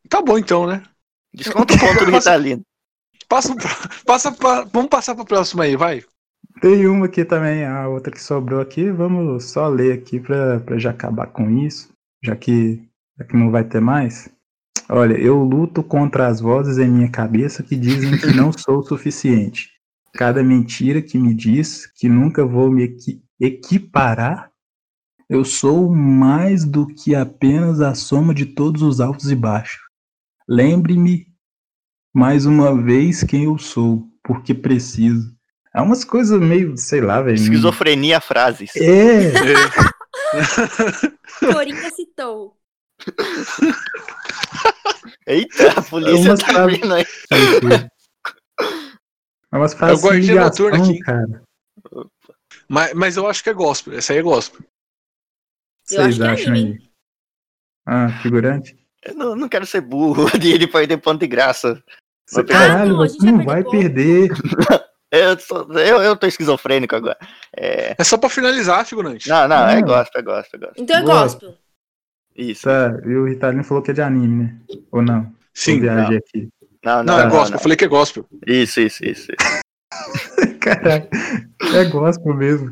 S2: Tá bom então, né?
S5: Desconta o ponto do Ritalino.
S2: Passa, passa pra, vamos passar para próxima aí, vai.
S3: Tem uma aqui também, a outra que sobrou aqui. Vamos só ler aqui para pra já acabar com isso, já que, já que não vai ter mais. Olha, eu luto contra as vozes em minha cabeça que dizem que não sou o suficiente. Cada mentira que me diz que nunca vou me equi equiparar eu sou mais do que apenas a soma de todos os altos e baixos. Lembre-me mais uma vez quem eu sou, porque preciso. É umas coisas meio, sei lá, velho.
S5: Esquizofrenia meio... frases.
S3: É.
S4: Coringa citou.
S5: Eita, a polícia é tá fra... vindo aí.
S3: É umas frases é o de ligação, aqui. cara.
S2: Mas, mas eu acho que é gospel. Essa aí é gospel.
S4: Eu Vocês acham é aí?
S3: Ah, figurante?
S5: Eu não, não quero ser burro de ele perder ponto de graça.
S3: Você, caralho, não, você não vai perder.
S5: eu, sou, eu, eu tô esquizofrênico agora. É...
S2: é só pra finalizar, figurante.
S5: Não, não, ah. é gospel, é gospel, é gospel.
S4: Então é gospel. gospel.
S5: Isso.
S3: Tá, e o Ritalino falou que é de anime, né? Ou não?
S2: Sim.
S3: Não. Aqui.
S5: Não,
S2: não, não, é gospel, eu falei que é gospel.
S5: Isso, isso, isso. isso.
S3: Caralho, é gospel mesmo.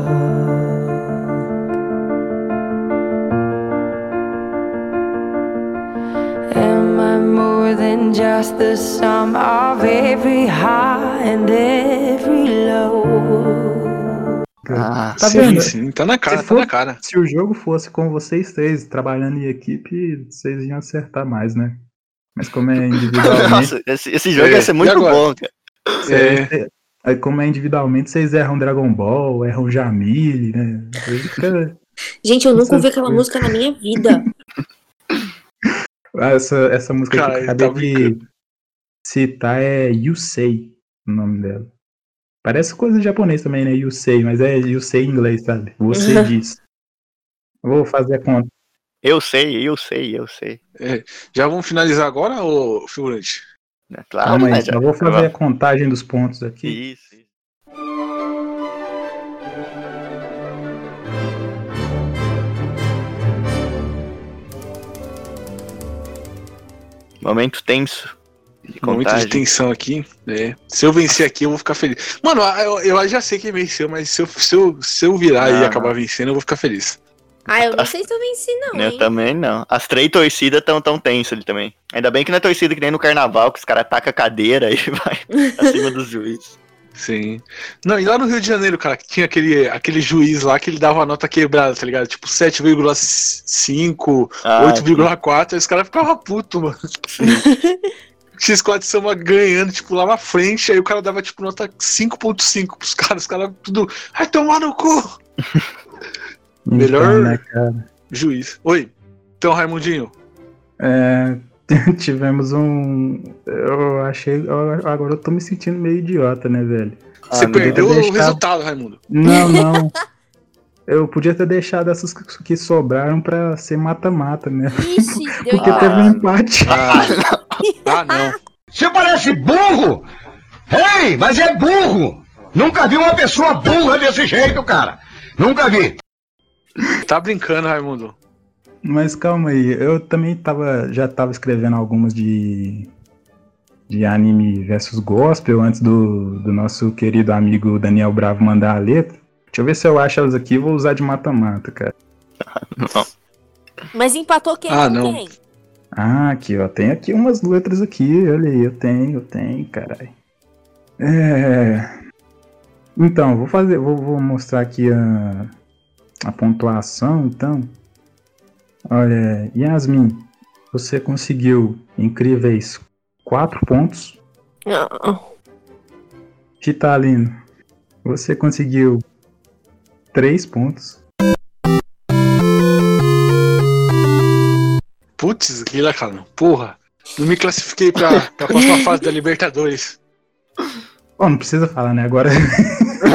S3: up. Am I more than just the sum of every high and every low.
S2: Ah, tá sim, vendo? sim, tá na cara,
S3: se
S2: tá for, na cara.
S3: Se o jogo fosse com vocês três, trabalhando em equipe, vocês iam acertar mais, né? Mas como é individualmente.
S5: Nossa, esse, esse jogo é, ia ser muito bom, cara.
S3: Cês, é. Aí, como é individualmente, vocês erram Dragon Ball, erram Jamile, né? Fica...
S4: Gente, eu nunca ouvi aquela música na minha vida.
S3: Ah, Essa, essa música Cara, que eu acabei tá de citar é You Say, o nome dela. Parece coisa de japonês também, né? You sei, mas é you sei em inglês, sabe? Você diz. Vou fazer a conta.
S5: Eu sei, eu sei, eu sei.
S2: É, já vamos finalizar agora, ô figurante?
S5: É claro,
S3: Calma
S5: né,
S3: aí,
S5: já-
S3: só vou
S5: já
S3: fazer a contagem dos pontos aqui.
S5: Isso, isso. Momento tenso.
S2: Momento de
S5: contagem.
S2: tensão aqui. né? Se eu vencer aqui, eu vou ficar feliz. Mano, eu, eu já sei quem venceu, mas se eu, se eu, se eu virar e
S5: Ah.
S2: acabar vencendo, eu vou ficar feliz.
S16: Ah, eu não sei se eu venci, não,
S5: Né, Eu
S16: hein?
S5: também não. As três torcidas estão tão tensas ali também. Ainda bem que não é torcida que nem no carnaval, que os caras tacam a cadeira e vai acima dos juízes.
S2: Sim. Não, e lá no Rio de Janeiro, cara, que tinha aquele, aquele juiz lá que ele dava a nota quebrada, tá ligado? Tipo 7,5,
S5: Ah,
S2: 8,4, aí os caras ficavam putos, mano. X4 Samba ganhando, tipo, lá na frente, aí o cara dava, tipo, nota 5,5 pros caras, os caras tudo. Ai, tomar no cu!
S3: Então,
S2: Melhor-
S3: né, cara?
S2: Juiz. Oi. Então, Raimundinho.
S3: É, tivemos um. Eu achei. eu- Agora eu tô me sentindo meio idiota, né, velho?
S2: Você
S3: Ah, não,
S2: perdeu
S3: eu
S2: o
S3: deixava-
S2: resultado, Raimundo.
S3: Não, não. Eu podia ter deixado essas que que sobraram pra ser mata-mata, né?
S16: Ixi, deu
S3: Porque
S16: igual.
S3: teve um empate.
S2: Ah, não.
S9: Você parece burro! Ei, mas é burro! Nunca vi uma pessoa burra desse jeito, cara! Nunca vi!
S2: Tá brincando, Raimundo.
S3: Mas calma aí, eu também tava, já tava escrevendo algumas de, de anime versus gospel antes do, do nosso querido amigo Daniel Bravo mandar a letra. Deixa eu ver se eu acho elas aqui e vou usar de mata-mata, cara.
S4: Mas empatou quem
S3: Ah,
S4: com
S3: não.
S4: quem?
S3: Ah, aqui, ó. Tem aqui umas letras aqui. Olha aí, eu tenho, eu tenho, caralho. É... Então, vou fazer, vou, vou mostrar aqui a, a pontuação, então. Olha, Yasmin, você conseguiu incríveis 4 pontos.
S4: Ah,
S3: Titalino, você conseguiu 3 pontos.
S2: Putz, Guilherme, cara. Porra. Não me classifiquei pra, pra próxima fase da Libertadores.
S3: Bom, não precisa falar, né? Agora.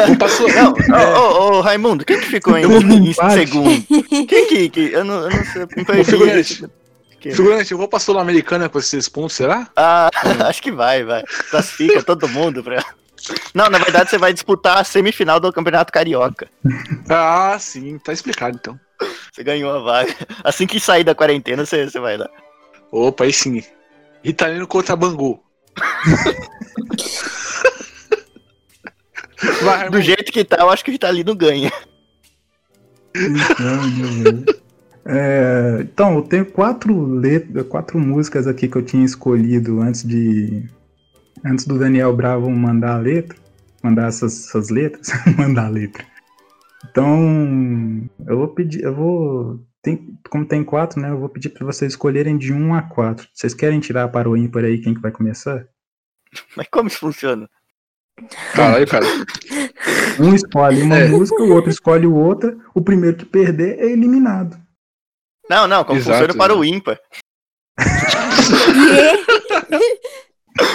S2: Não passou, não.
S5: Ô, ô, ô, Raimundo, quem que ficou
S3: né?
S5: em,
S3: Eu vou no
S5: em
S3: empate.
S5: segundo? Quem que, que- Eu não, eu não sei. me perdi.
S2: Ô, figurante.
S5: Que- é.
S2: Figurante, eu vou pra Sul-Americana com esses pontos, será?
S5: Ah, acho que vai, vai. Classifica todo mundo pra. Não, na verdade você vai disputar a semifinal do Campeonato Carioca.
S2: Ah, sim, tá explicado então.
S5: Você ganhou a vaga. Assim que sair da quarentena, você, você vai lá.
S2: Opa, aí sim. Italiano contra Bangu.
S5: Do jeito que tá, eu acho que o Ritalino ganha.
S3: Então, meu Deus. É, então, eu tenho quatro letras, quatro músicas aqui que eu tinha escolhido antes de antes do Daniel Bravo mandar a letra, mandar essas, essas letras, mandar a letra. Então, eu vou pedir, eu vou tem- como tem quatro, né? Eu vou pedir para vocês escolherem de um a quatro. Vocês querem tirar para o ímpar aí quem que vai começar?
S5: Mas como isso funciona?
S2: Caralho, cara.
S5: é.
S3: Um escolhe uma música, o outro escolhe outra. O primeiro que perder é eliminado.
S5: Não, não, como
S3: Exato,
S5: funciona para o ímpar.
S2: Pra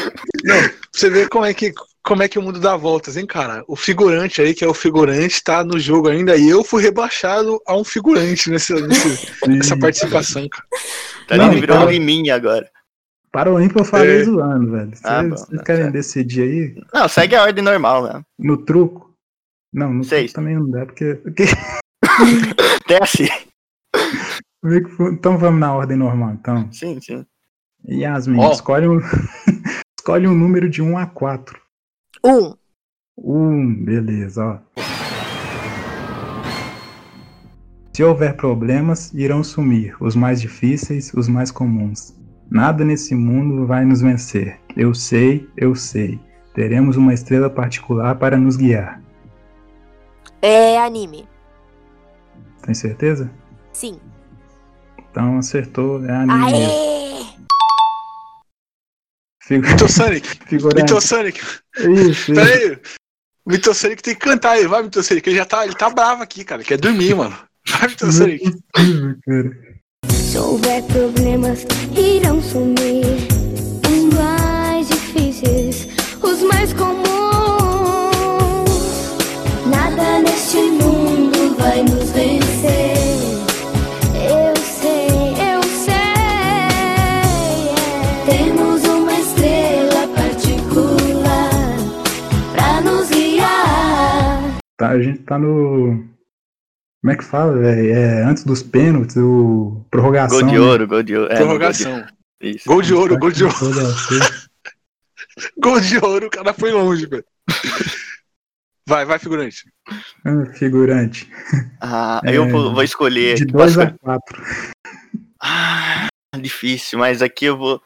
S2: você ver como é que como é que o mundo dá voltas, hein, cara? O figurante aí, que é o figurante, tá no jogo ainda e eu fui rebaixado a um figurante nessa, nesse- nessa participação, cara.
S5: Tá
S3: Não,
S5: ele virou
S3: então-
S5: um liminha agora.
S3: Para o ímpar eu falei
S5: É.
S3: zoando, velho. Vocês
S5: Ah, bom,
S3: vocês querem decidir aí?
S5: Não, segue a ordem normal, né?
S3: No truco? Não, no truco também não dá, porque. porque-
S5: Desce.
S3: como é que foi? Então vamos na ordem normal, então.
S5: Sim, sim.
S3: Yasmin,
S5: Ó.
S3: escolhe, um... escolhe um número de 1 a 4.
S4: Um.
S3: 1, beleza, ó. Se houver problemas, irão sumir, os mais difíceis, os mais comuns. Nada nesse mundo vai nos vencer. Eu sei, eu sei. Teremos uma estrela particular para nos guiar.
S4: É anime.
S3: Tem certeza?
S4: Sim.
S3: Então acertou,
S2: Hum.
S3: é anime. mesmo.
S4: Aê!
S3: Figu-
S2: Mitosonic.
S3: Figurante.
S2: Mitosonic.
S3: Isso,
S2: Pera
S3: isso.
S2: aí. O Mitosonic tem que cantar aí. Vai, Mitosonic. Ele já tá, ele tá bravo aqui, cara. Quer dormir, mano. Vai, Mitosonic.
S15: Se houver problemas, irão sumir. Os mais difíceis, os mais comuns.
S3: Tá, a gente tá no. Como é que fala, velho? É antes dos pênaltis, o. Prorrogação.
S5: Gol de
S3: né?
S5: ouro, gol de ouro. É,
S2: Prorrogação.
S5: Isso.
S2: Gol de ouro, gol de ouro.
S3: Prorrogação.
S2: Gol de ouro, o cara foi longe, velho. Vai, vai, figurante.
S3: Ah, Figurante.
S5: Ah, eu
S3: É,
S5: vou, vou escolher.
S3: De
S5: aqui.
S3: 2
S5: Posso
S3: a 4.
S5: É Difícil, mas aqui eu vou,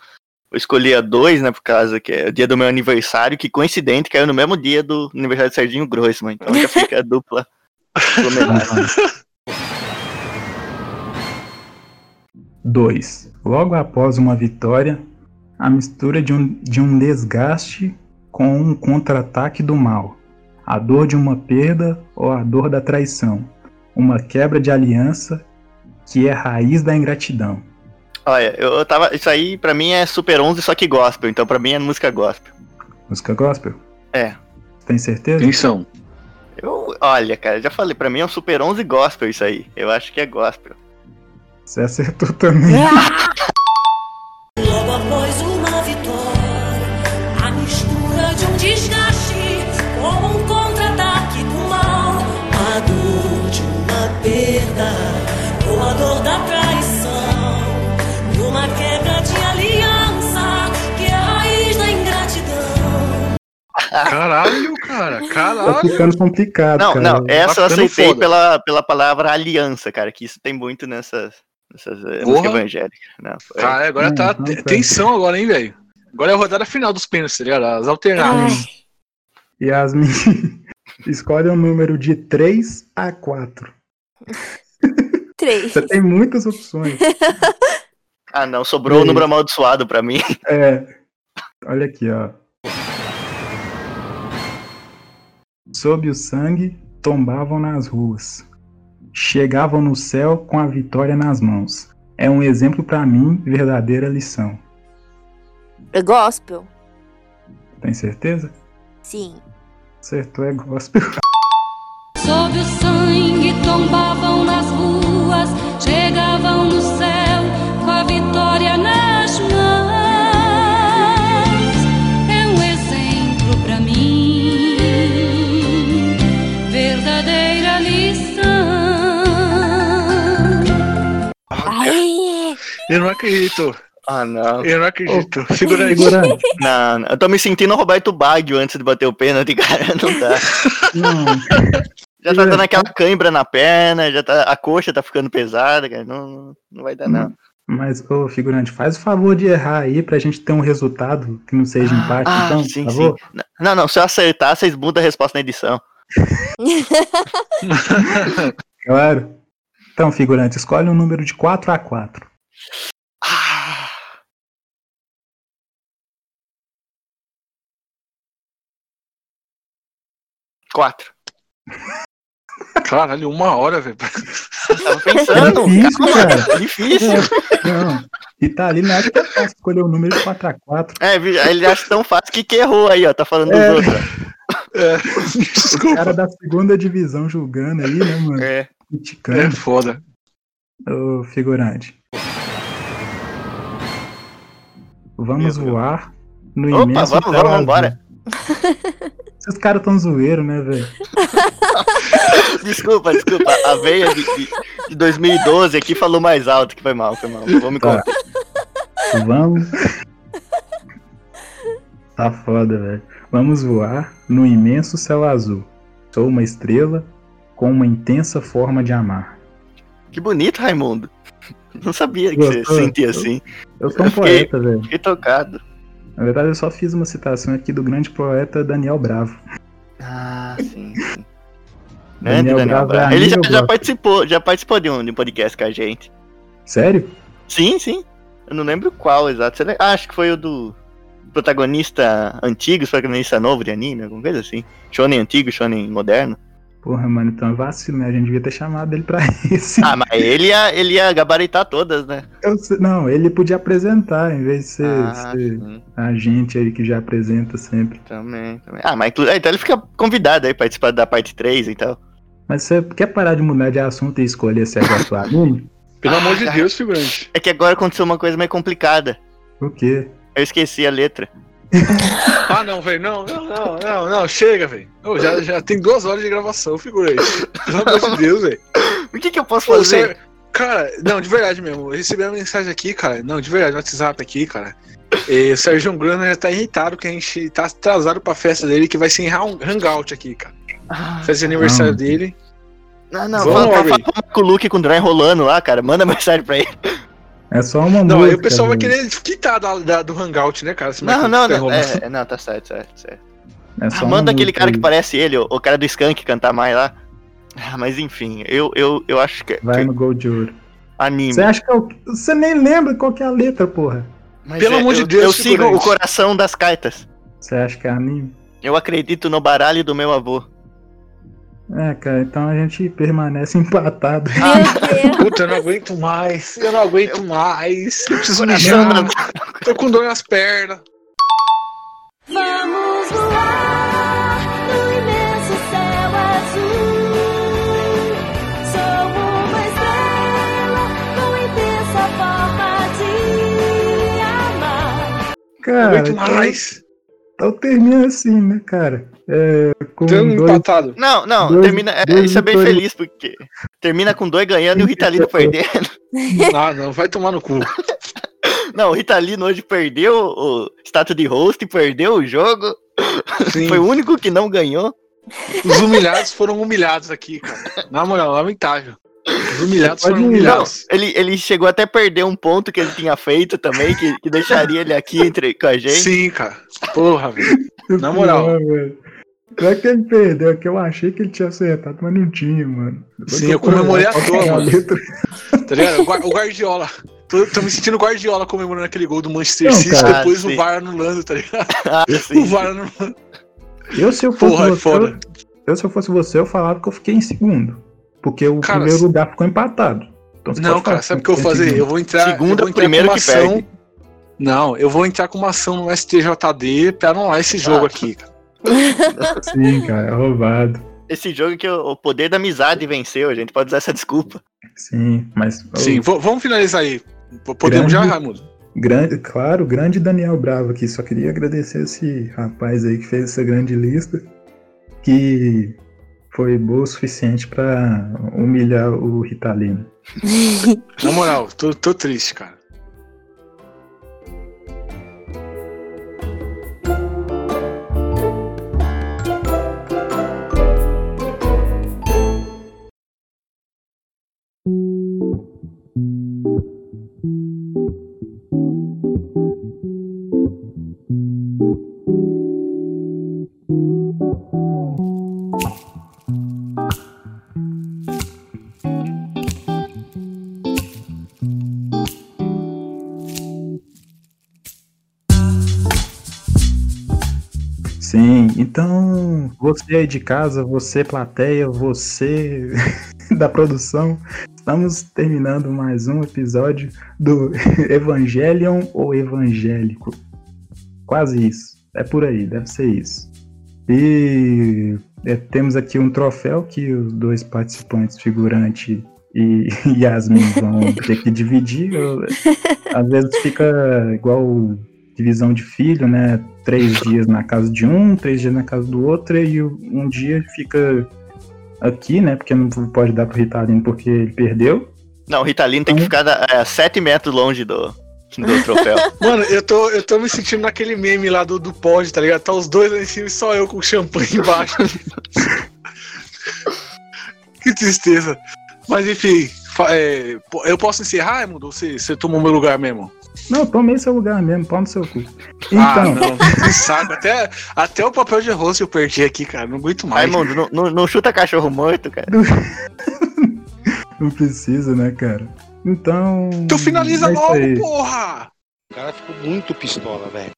S5: vou escolher a 2, né? Por causa que é o dia do meu aniversário, que coincidente caiu no mesmo dia do aniversário do Serginho Grossman. Então já fica a dupla. dupla homenagem.
S3: 2. Logo após uma vitória, a mistura de um, de um desgaste com um contra-ataque do mal, a dor de uma perda ou a dor da traição, uma quebra de aliança que é a raiz da ingratidão.
S5: Olha, eu eu tava. Isso aí pra mim é Super 11, só que gospel. Então pra mim é música gospel.
S3: Música gospel?
S5: É.
S3: Tem certeza?
S2: Atenção.
S5: Eu, olha, cara, já falei, pra mim é um Super 11 gospel isso aí. Eu acho que é gospel.
S3: Você acertou também.
S15: Logo após uma vitória, a mistura de um desgaste com um contra-ataque do mal, a dor de uma perda ou a dor da traição, numa quebra de aliança que é a raiz da ingratidão.
S2: Caralho, cara,
S3: Tá
S2: caralho.
S3: ficando complicado,
S5: Não,
S3: cara.
S5: não, é essa
S2: Tá
S5: eu
S2: ficando
S5: aceitei
S2: foda.
S5: pela, pela palavra aliança, cara, que isso tem muito nessas, nessas eh,
S2: Porra.
S5: músicas evangélicas. É. Não, foi-
S2: Cara, agora tá te- tensão agora, hein, velho. Agora é a rodada final dos pênaltis, tá ligado? As alternadas.
S3: Yasmin, escolhe um número de 3 a 4.
S4: Três.
S3: Você tem muitas opções.
S5: Ah, não, sobrou o número amaldiçoado pra mim.
S3: É. Olha aqui, ó. Sob o sangue, tombavam nas ruas. Chegavam no céu com a vitória nas mãos. É um exemplo pra mim, verdadeira lição.
S4: É gospel?
S3: Tem certeza?
S4: Sim.
S3: Acertou, é gospel.
S17: Sob o sangue tombavam nas ruas, chegavam no céu com a vitória nas mãos. É um exemplo pra mim, verdadeira lição.
S2: Ah, Eu não acredito.
S5: Ah, não.
S2: Eu não acredito. Segura aí.
S5: Não, não, eu tô me sentindo Roberto Baggio antes de bater o pênalti, cara, não dá. Já tá dando aquela cãibra na perna, já tá, a coxa tá ficando pesada, cara, não, não vai dar
S3: Hum.
S5: não.
S3: Mas, ô figurante, faz o favor de errar aí pra gente ter um resultado que não seja empate,
S5: ah,
S3: então,
S5: sim,
S3: por
S5: sim.
S3: favor.
S5: N- Não, não, se eu acertar, vocês mudam a resposta na edição.
S3: Claro. Então, figurante, escolhe um número de 4 a 4.
S5: Quatro.
S2: Caralho, uma hora, velho.
S5: Tava pensando,
S3: É Difícil,
S5: cara,
S3: cara.
S5: difícil.
S3: É, não. E tá ali na hora que é fácil escolher o número de 4 a 4.
S5: É, vi- aí ele acha tão fácil que, que errou aí, ó, tá falando dos
S3: É.
S5: outros.
S3: O cara da segunda divisão julgando aí, né, mano?
S5: É.
S3: Criticando.
S2: É foda.
S3: Ô, figurante. Vamos voar no
S5: Opa,
S3: imenso céu
S5: vamos, vamos,
S3: azul.
S5: vambora.
S3: Esses caras tão zoeiro, né, velho?
S5: ó. Desculpa, desculpa, a veia de, de- de 2012 aqui falou mais alto, que foi mal, foi mal, vou me
S3: Tá.
S5: contar.
S3: Vamos. Tá foda, velho. Vamos voar no imenso céu azul. Sou uma estrela com uma intensa forma de amar.
S5: Que bonito, Raimundo. Não sabia que você
S3: Gostou?
S5: sentia assim.
S3: Eu sou um
S5: Eu fiquei-
S3: poeta, velho.
S5: Fiquei tocado.
S3: Na verdade, eu só fiz uma citação aqui do grande poeta Daniel Bravo.
S5: Ah, sim. sim. Grande
S3: Daniel,
S5: Né, Daniel
S3: Bravo é
S5: Bravo. Ele já,
S3: amigo,
S5: já
S3: Bravo.
S5: participou, já participou de um, de um podcast com a gente.
S3: Sério?
S5: Sim, sim. Eu não lembro qual exato. Você lembra? Ah, acho que foi o do protagonista antigo, protagonista novo de anime, alguma coisa assim. Shonen antigo, shonen moderno.
S3: Porra, mano, então é vacilo, né? A gente devia ter chamado ele pra esse.
S5: Ah, mas ele ia, ele ia gabaritar todas, né?
S3: Eu sei- Então, não, ele podia apresentar, em vez de ser,
S5: Ah,
S3: ser a gente aí que já apresenta sempre.
S5: Também, também. Ah, mas inclu- ah, então ele fica convidado aí pra participar da parte 3 e tal.
S3: Mas você quer parar de mudar de assunto e escolher se é gosto anime?
S2: Pelo amor de Deus, figurante.
S5: É que agora aconteceu uma coisa meio complicada.
S3: O quê?
S5: Eu esqueci a letra.
S2: ah, não, velho, não, não, não, não, não, chega, velho. Ô, Já, já tem duas horas de gravação, figura aí. Pelo amor de Deus, velho.
S5: O que, que eu posso
S2: fazer? cara, não, de verdade mesmo. Eu recebi uma mensagem aqui, cara. Não, de verdade, no WhatsApp aqui, cara. E o Sérgio Grana já tá irritado que a gente tá atrasado pra festa dele, que vai ser em hang- hangout aqui, cara.
S5: Ah.
S2: festa de aniversário
S5: não.
S2: dele.
S5: Não, não,
S2: Vamos
S5: fala,
S2: lá,
S5: fala,
S2: Rick.
S5: fala com o Luke com o Dry rolando lá, cara. Manda mensagem pra ele.
S3: É só uma
S2: Não,
S3: música. né?
S2: aí o pessoal vai
S3: velho.
S2: querer quitar da, da- do hangout, né, cara? Se mais
S5: Não,
S2: que
S5: não,
S2: tá
S5: não.
S2: rolando.
S5: É, é, não, tá certo, certo, certo.
S3: É
S5: Ah,
S3: só uma
S5: manda aquele
S3: música
S5: cara que
S3: aí.
S5: parece ele, o, o cara do Skank cantar mais lá. Ah, mas enfim, eu, eu, eu acho que.
S3: Vai no Gol de Ouro.
S5: Anime.
S3: Você acha que é o... Você nem lembra qual que é a letra, porra.
S5: Mas
S3: Pelo
S5: é,
S3: amor de
S5: eu-
S3: Deus,
S5: Eu sigo
S3: figurante.
S5: o coração das cartas.
S3: Você acha que é anime?
S5: Eu acredito no baralho do meu avô.
S3: É, cara, então a gente permanece empatado.
S2: Puta, eu não aguento mais. Eu não aguento mais. Eu preciso
S3: Coração
S2: mijar. Tô com dor nas pernas.
S15: Vamos voar no imenso céu azul. Sou uma estrela com intensa forma de amar.
S3: Cara,
S15: Aguento
S2: mais.
S3: Então, então termina assim, né, cara? É, com
S2: Tamo
S3: dois-
S2: empatado.
S5: Não, não,
S3: dois-
S5: termina. é,
S3: dois
S5: isso é bem
S3: vitórias.
S5: feliz, porque termina com dois ganhando e o Ritalino perdendo.
S2: Ah, não, vai tomar no cu.
S5: Não, o Ritalino hoje perdeu o status de host, perdeu o jogo.
S2: Sim.
S5: Foi o único que não ganhou.
S2: um, Os humilhados foram humilhados aqui, cara. Na moral, lamentável. Os humilhados
S5: Pode
S2: foram
S5: ir.
S2: humilhados.
S5: Não, ele, ele chegou até a perder um ponto que ele tinha feito também, que, que deixaria ele aqui entre, com a gente.
S2: Sim, cara. Porra, velho. Na moral.
S3: Não, velho. Não é que ele perdeu, é que eu achei que ele tinha acertado, mas não tinha, mano.
S2: Sim, eu comemorei à
S3: Qual que
S2: toa,
S3: é a
S2: mano.
S3: letra?
S2: Tá ligado? O Guar- O Guardiola. Tô, tô me sentindo Guardiola comemorando aquele gol do Manchester
S3: Não,
S2: City,
S3: cara.
S2: depois
S3: Ah,
S2: o
S3: sim.
S2: VAR anulando, tá ligado?
S5: Ah, sim.
S2: O VAR anulando.
S3: Eu, se eu fosse
S2: Porra, é
S3: você,
S2: foda.
S3: eu, se eu fosse você, eu falava que eu fiquei em segundo. Porque o
S2: Cara,
S3: primeiro
S2: se-
S3: lugar ficou empatado. Então, você
S2: Não,
S3: pode falar
S2: cara, sabe o que eu vou
S3: fiquei em
S2: fazer?
S3: segundo.
S2: Eu vou entrar. eu vou entrar com uma ação. Não, eu vou entrar com uma ação no STJD pra anular esse
S5: Ah,
S2: jogo aqui, cara.
S3: Sim, cara, é roubado.
S5: Esse jogo que o, o poder da amizade venceu, a gente pode usar essa desculpa.
S3: Sim, mas.
S2: Sim, vo- vamos finalizar aí. P- Podemos já,
S3: Grande-
S2: Raimundo?
S3: Grande, claro, grande Daniel Bravo aqui. Só queria agradecer esse rapaz aí que fez essa grande lista, que foi boa o suficiente pra humilhar o Ritalino.
S2: Na moral, tô, tô triste, cara.
S3: Sim, então você aí de casa, você plateia, você da produção, estamos terminando mais um episódio do Evangelion ou Evangélico. Quase isso, é por aí, deve ser isso. E é, temos aqui um troféu que os dois participantes, figurante e Yasmin, vão ter que dividir. Eu- às vezes fica igual divisão de filho, né? Três dias na casa de um, três dias na casa do outro, e o- um dia fica aqui, né? Porque não pode dar pro Ritalino porque ele perdeu.
S5: Não, o Ritalino
S3: Uhum.
S5: tem que ficar da- a 7 metros longe do, do troféu.
S2: Mano, eu tô, eu tô me sentindo naquele meme lá do, do pod, tá ligado? Tá os dois lá em cima e só eu com o champanhe embaixo. que tristeza. Mas enfim, fa- é, po- eu posso encerrar, Raimundo? Ou você, você tomou meu lugar mesmo?
S3: Não, tomei seu lugar mesmo, pau no seu cu.
S2: Ah,
S3: Então,
S2: não. Que saco. Até, até o papel de rosto eu perdi aqui, cara. Não aguento mais.
S5: Raimundo, não, não, não chuta cachorro morto, cara.
S3: não precisa, né, cara? Então.
S2: Tu finaliza
S3: é isso
S2: logo,
S3: aí.
S2: porra! O cara ficou muito pistola, velho.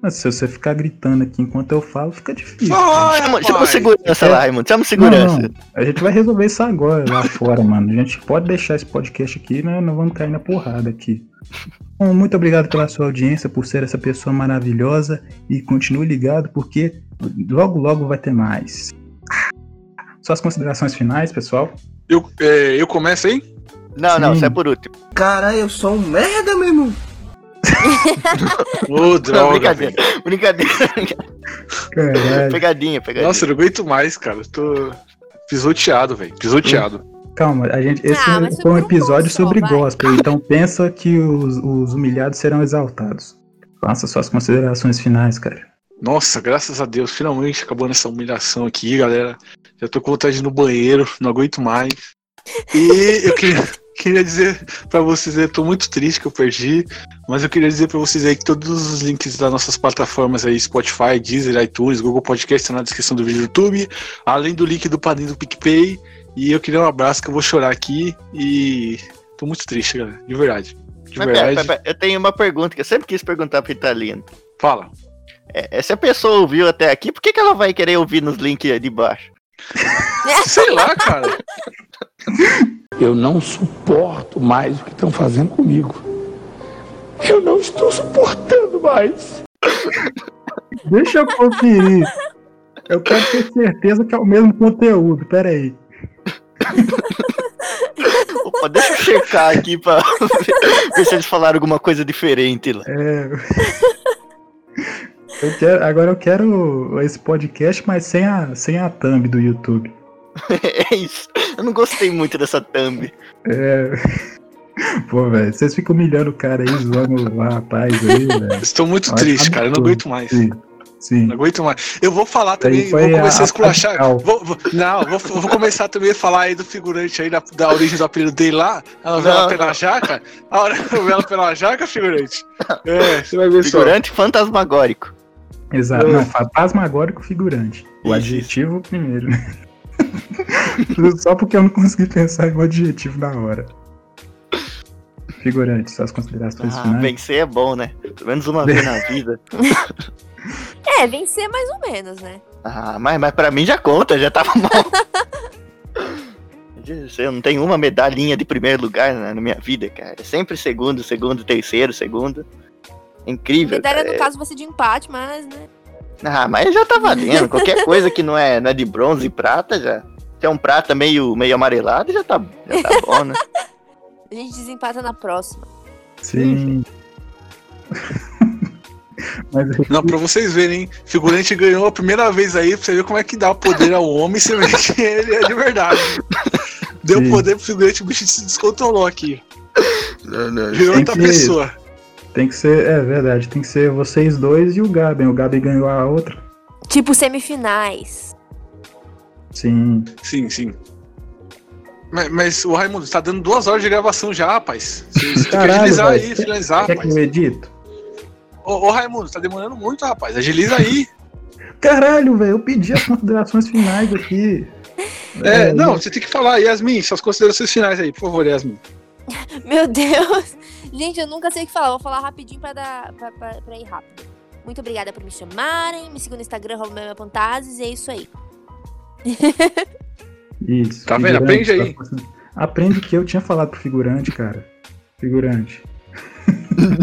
S3: Mas se você ficar gritando aqui enquanto eu falo, fica difícil.
S5: chama, chama o segurança lá, Raimundo. Chama o
S3: Não,
S5: segurança.
S3: não. A gente vai resolver isso agora lá fora, mano. A gente pode deixar esse podcast aqui, nós não vamos cair na porrada aqui. Bom, muito obrigado pela sua audiência, por ser essa pessoa maravilhosa e continue ligado porque logo logo vai ter mais. Suas considerações finais, pessoal?
S2: Eu, é, eu começo aí?
S5: Não, não,
S3: Sim.
S5: isso é por último.
S9: Cara, eu sou um merda, meu irmão.
S2: Ô, droga.
S5: brincadeira, brincadeira.
S2: É,
S3: Caralho.
S5: Pegadinha, pegadinha.
S2: Nossa, eu não aguento mais, cara. Eu tô pisoteado, velho. Pisoteado.
S3: Calma, a gente, esse
S2: Ah, mas
S3: foi um episódio sobre gospel, então pensa que os, os humilhados serão exaltados. Faça suas considerações finais, cara.
S2: Nossa, graças a Deus, finalmente acabando essa humilhação aqui, galera. Já tô com vontade de ir no banheiro, não aguento mais. E eu queria, queria dizer pra vocês, eu tô muito triste que eu perdi, mas eu queria dizer pra vocês aí que todos os links das nossas plataformas aí, Spotify, Deezer, iTunes, Google Podcast, estão na descrição do vídeo do YouTube, além do link do padrinho do PicPay. E eu queria um abraço que eu vou chorar aqui e tô muito triste, galera, de verdade. De
S5: Mas pera,
S2: verdade.
S5: pera, pera, eu tenho uma pergunta que eu sempre quis perguntar pro italiano.
S2: Fala.
S5: É, é, se a pessoa ouviu até aqui, por que, que ela vai querer ouvir nos links aí de baixo?
S2: Sei lá, cara.
S18: Eu não suporto mais o que estão fazendo comigo. Eu não estou suportando mais.
S3: Deixa eu conferir. Eu quero ter certeza que é o mesmo conteúdo, peraí.
S5: Opa, deixa eu checar aqui pra ver, ver se eles falaram alguma coisa diferente lá.
S3: É. Eu quero- agora eu quero esse podcast, mas sem a, sem a thumb do YouTube.
S5: É isso. Eu não gostei muito dessa thumb.
S3: É. Pô, velho, vocês ficam humilhando o cara aí, zoando o rapaz aí, velho.
S2: Estou muito
S3: Olha,
S2: triste,
S3: tá
S2: cara. Eu não
S3: tudo.
S2: aguento mais.
S3: Sim, sim.
S2: Não aguento mais. Eu vou falar também, vou
S3: foi
S2: começar a,
S3: a-
S2: esculachar.
S3: radical.
S2: Vou- vou- não, vou, vou começar também a falar aí do figurante aí, da, da origem do apelido dele lá, a novela
S5: Não.
S2: pela jaca. A hora- a novela pela jaca, figurante. É, você vai ver só.
S5: Figurante fantasmagórico.
S3: Exato.
S5: Eu-
S3: Não, fantasmagórico figurante. O adjetivo primeiro, né? Só porque eu não consegui pensar em um adjetivo na hora. Figurante, suas considerações
S5: Ah,
S3: finais.
S5: vencer é bom, né? Pelo menos uma vez na vida.
S4: É, vencer mais ou menos, né?
S5: Ah, mas, mas pra mim já conta, já tava bom. Eu não tenho uma medalhinha de primeiro lugar na, na minha vida, cara. É sempre segundo, segundo, terceiro, segundo. Incrível.
S4: Medalha,
S2: é.
S5: cara.
S4: no caso, você de empate, mas, né?
S5: Ah, mas já tá valendo. Qualquer coisa que não é, não é de bronze e prata, já. Se é um prata meio, meio amarelado, já tá, já tá bom, né?
S4: A gente desempata na próxima.
S3: Sim.
S2: Não, pra vocês verem, hein? Figurante ganhou a primeira vez aí, pra você ver como é que dá o poder ao homem, você vê que ele é de verdade. Deu
S3: Sim.
S2: poder pro figurante, o bicho se descontrolou aqui. Virou
S3: Tem
S2: outra
S3: que-
S2: pessoa.
S3: Tem que ser, é verdade, tem que ser vocês dois e o Gaben. O Gaben ganhou a outra.
S4: Tipo semifinais.
S3: Sim.
S2: Sim, sim. Mas, mas o Raimundo, tá dando duas horas de gravação já, rapaz. Você- você tem que agilizar
S3: velho,
S2: aí, finalizar,
S3: Quer que
S2: rapaz.
S3: eu edito?
S2: Ô, ô, Raimundo, tá demorando muito, rapaz. Agiliza aí.
S3: Caralho, velho, eu pedi as considerações finais aqui.
S2: É,
S3: né?
S2: não, você tem que falar, Yasmin, suas considerações finais aí, por favor, Yasmin.
S4: Meu Deus! Gente, eu nunca sei o que falar. Vou falar rapidinho pra, dar, pra, pra- pra ir rápido. Muito obrigada por me chamarem. Me sigam no Instagram, Romeu.Tazes, e é isso aí.
S3: Isso.
S2: Tá vendo?
S3: figurante,
S2: Aprende aí.
S3: suas considera- Aprende que eu tinha falado pro figurante, cara. Figurante.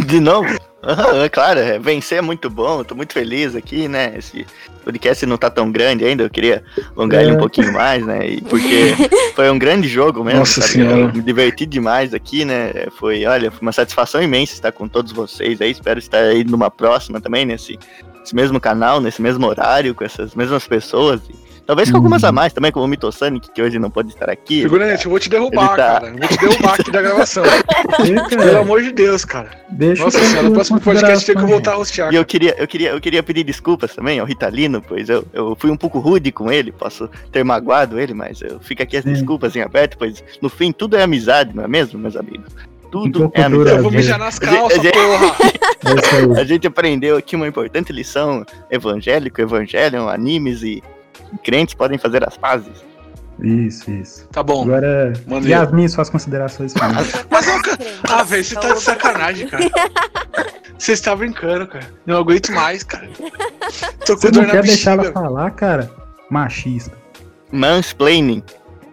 S5: De novo? Aham, é claro, é, vencer é muito bom, eu tô muito feliz aqui, né? Esse podcast não tá tão grande ainda, eu queria alongar ele
S2: É.
S5: um pouquinho mais, né? E porque foi um grande jogo mesmo,
S2: Nossa
S5: sabe?
S2: Senhora.
S5: Eu me diverti demais aqui, né? Foi, olha, foi uma satisfação imensa estar com todos vocês aí, espero estar aí numa próxima também, nesse, nesse mesmo canal, nesse mesmo horário, com essas mesmas pessoas. E talvez com
S2: Uhum.
S5: algumas a mais também, como o Mitosanic, que hoje não pode estar aqui.
S2: Figurante, eu vou te derrubar,
S5: Ele tá-
S2: cara. Eu Vou te derrubar aqui da gravação.
S3: cara.
S2: Pelo amor de Deus, cara.
S3: Deixa
S2: Nossa
S3: eu
S2: senhora, no
S3: concluir
S2: próximo
S3: as
S2: podcast tem que eu
S3: considerações.
S2: voltar a hostear.
S5: E eu queria, eu, queria, eu queria pedir desculpas também ao Ritalino, pois eu, eu fui um pouco rude com ele, posso ter magoado ele, mas eu fico aqui as desculpas em aberto, pois no fim tudo é amizade, não é mesmo, meus amigos? Tudo é amizade.
S2: Eu vou mijar nas calças,
S5: A gente-
S2: porra.
S5: A gente aprendeu aqui uma importante lição: evangélico, evangelho, animes e crentes podem fazer as pazes.
S3: Isso, isso.
S2: Tá bom.
S3: Agora,
S5: Maneiro.
S3: Yasmin, suas considerações finais.
S2: Mas eu... Ah, velho, você
S4: Então,
S2: tá de sacanagem, cara. Você está brincando, cara. Não aguento mais, cara. Tô com
S3: Você
S2: dor
S3: não
S2: na
S3: quer deixar
S2: bexiga,
S3: ela falar, cara? Machista.
S5: Mansplaining.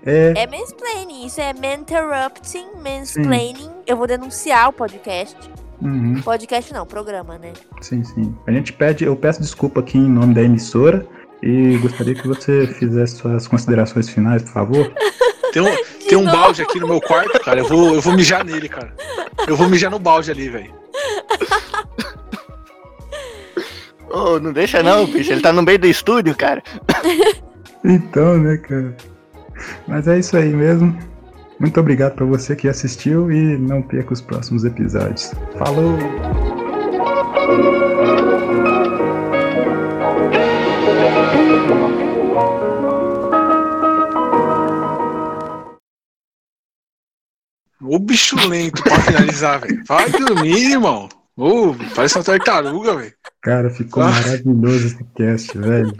S3: É.
S4: É mansplaining, isso é interrupting, mansplaining. Eu vou denunciar o podcast.
S3: Uhum.
S4: Podcast não, programa, né?
S3: Sim, sim. A gente pede, eu peço desculpa aqui em nome da emissora e gostaria que você fizesse suas considerações finais, por favor.
S2: Tem um, tem um balde aqui no meu quarto, cara. Eu vou, eu vou mijar nele, cara. Eu vou mijar no balde ali, velho.
S5: oh, não deixa não, bicho. Ele tá no meio do estúdio, cara.
S3: Então, né, cara? Mas é isso aí mesmo. Muito obrigado pra você que assistiu e não perca os próximos episódios. Falou!
S2: Ô bicho lento pra finalizar, velho. Vai dormir, irmão. Ô, parece uma tartaruga, velho.
S3: Cara, ficou maravilhoso esse cast, velho.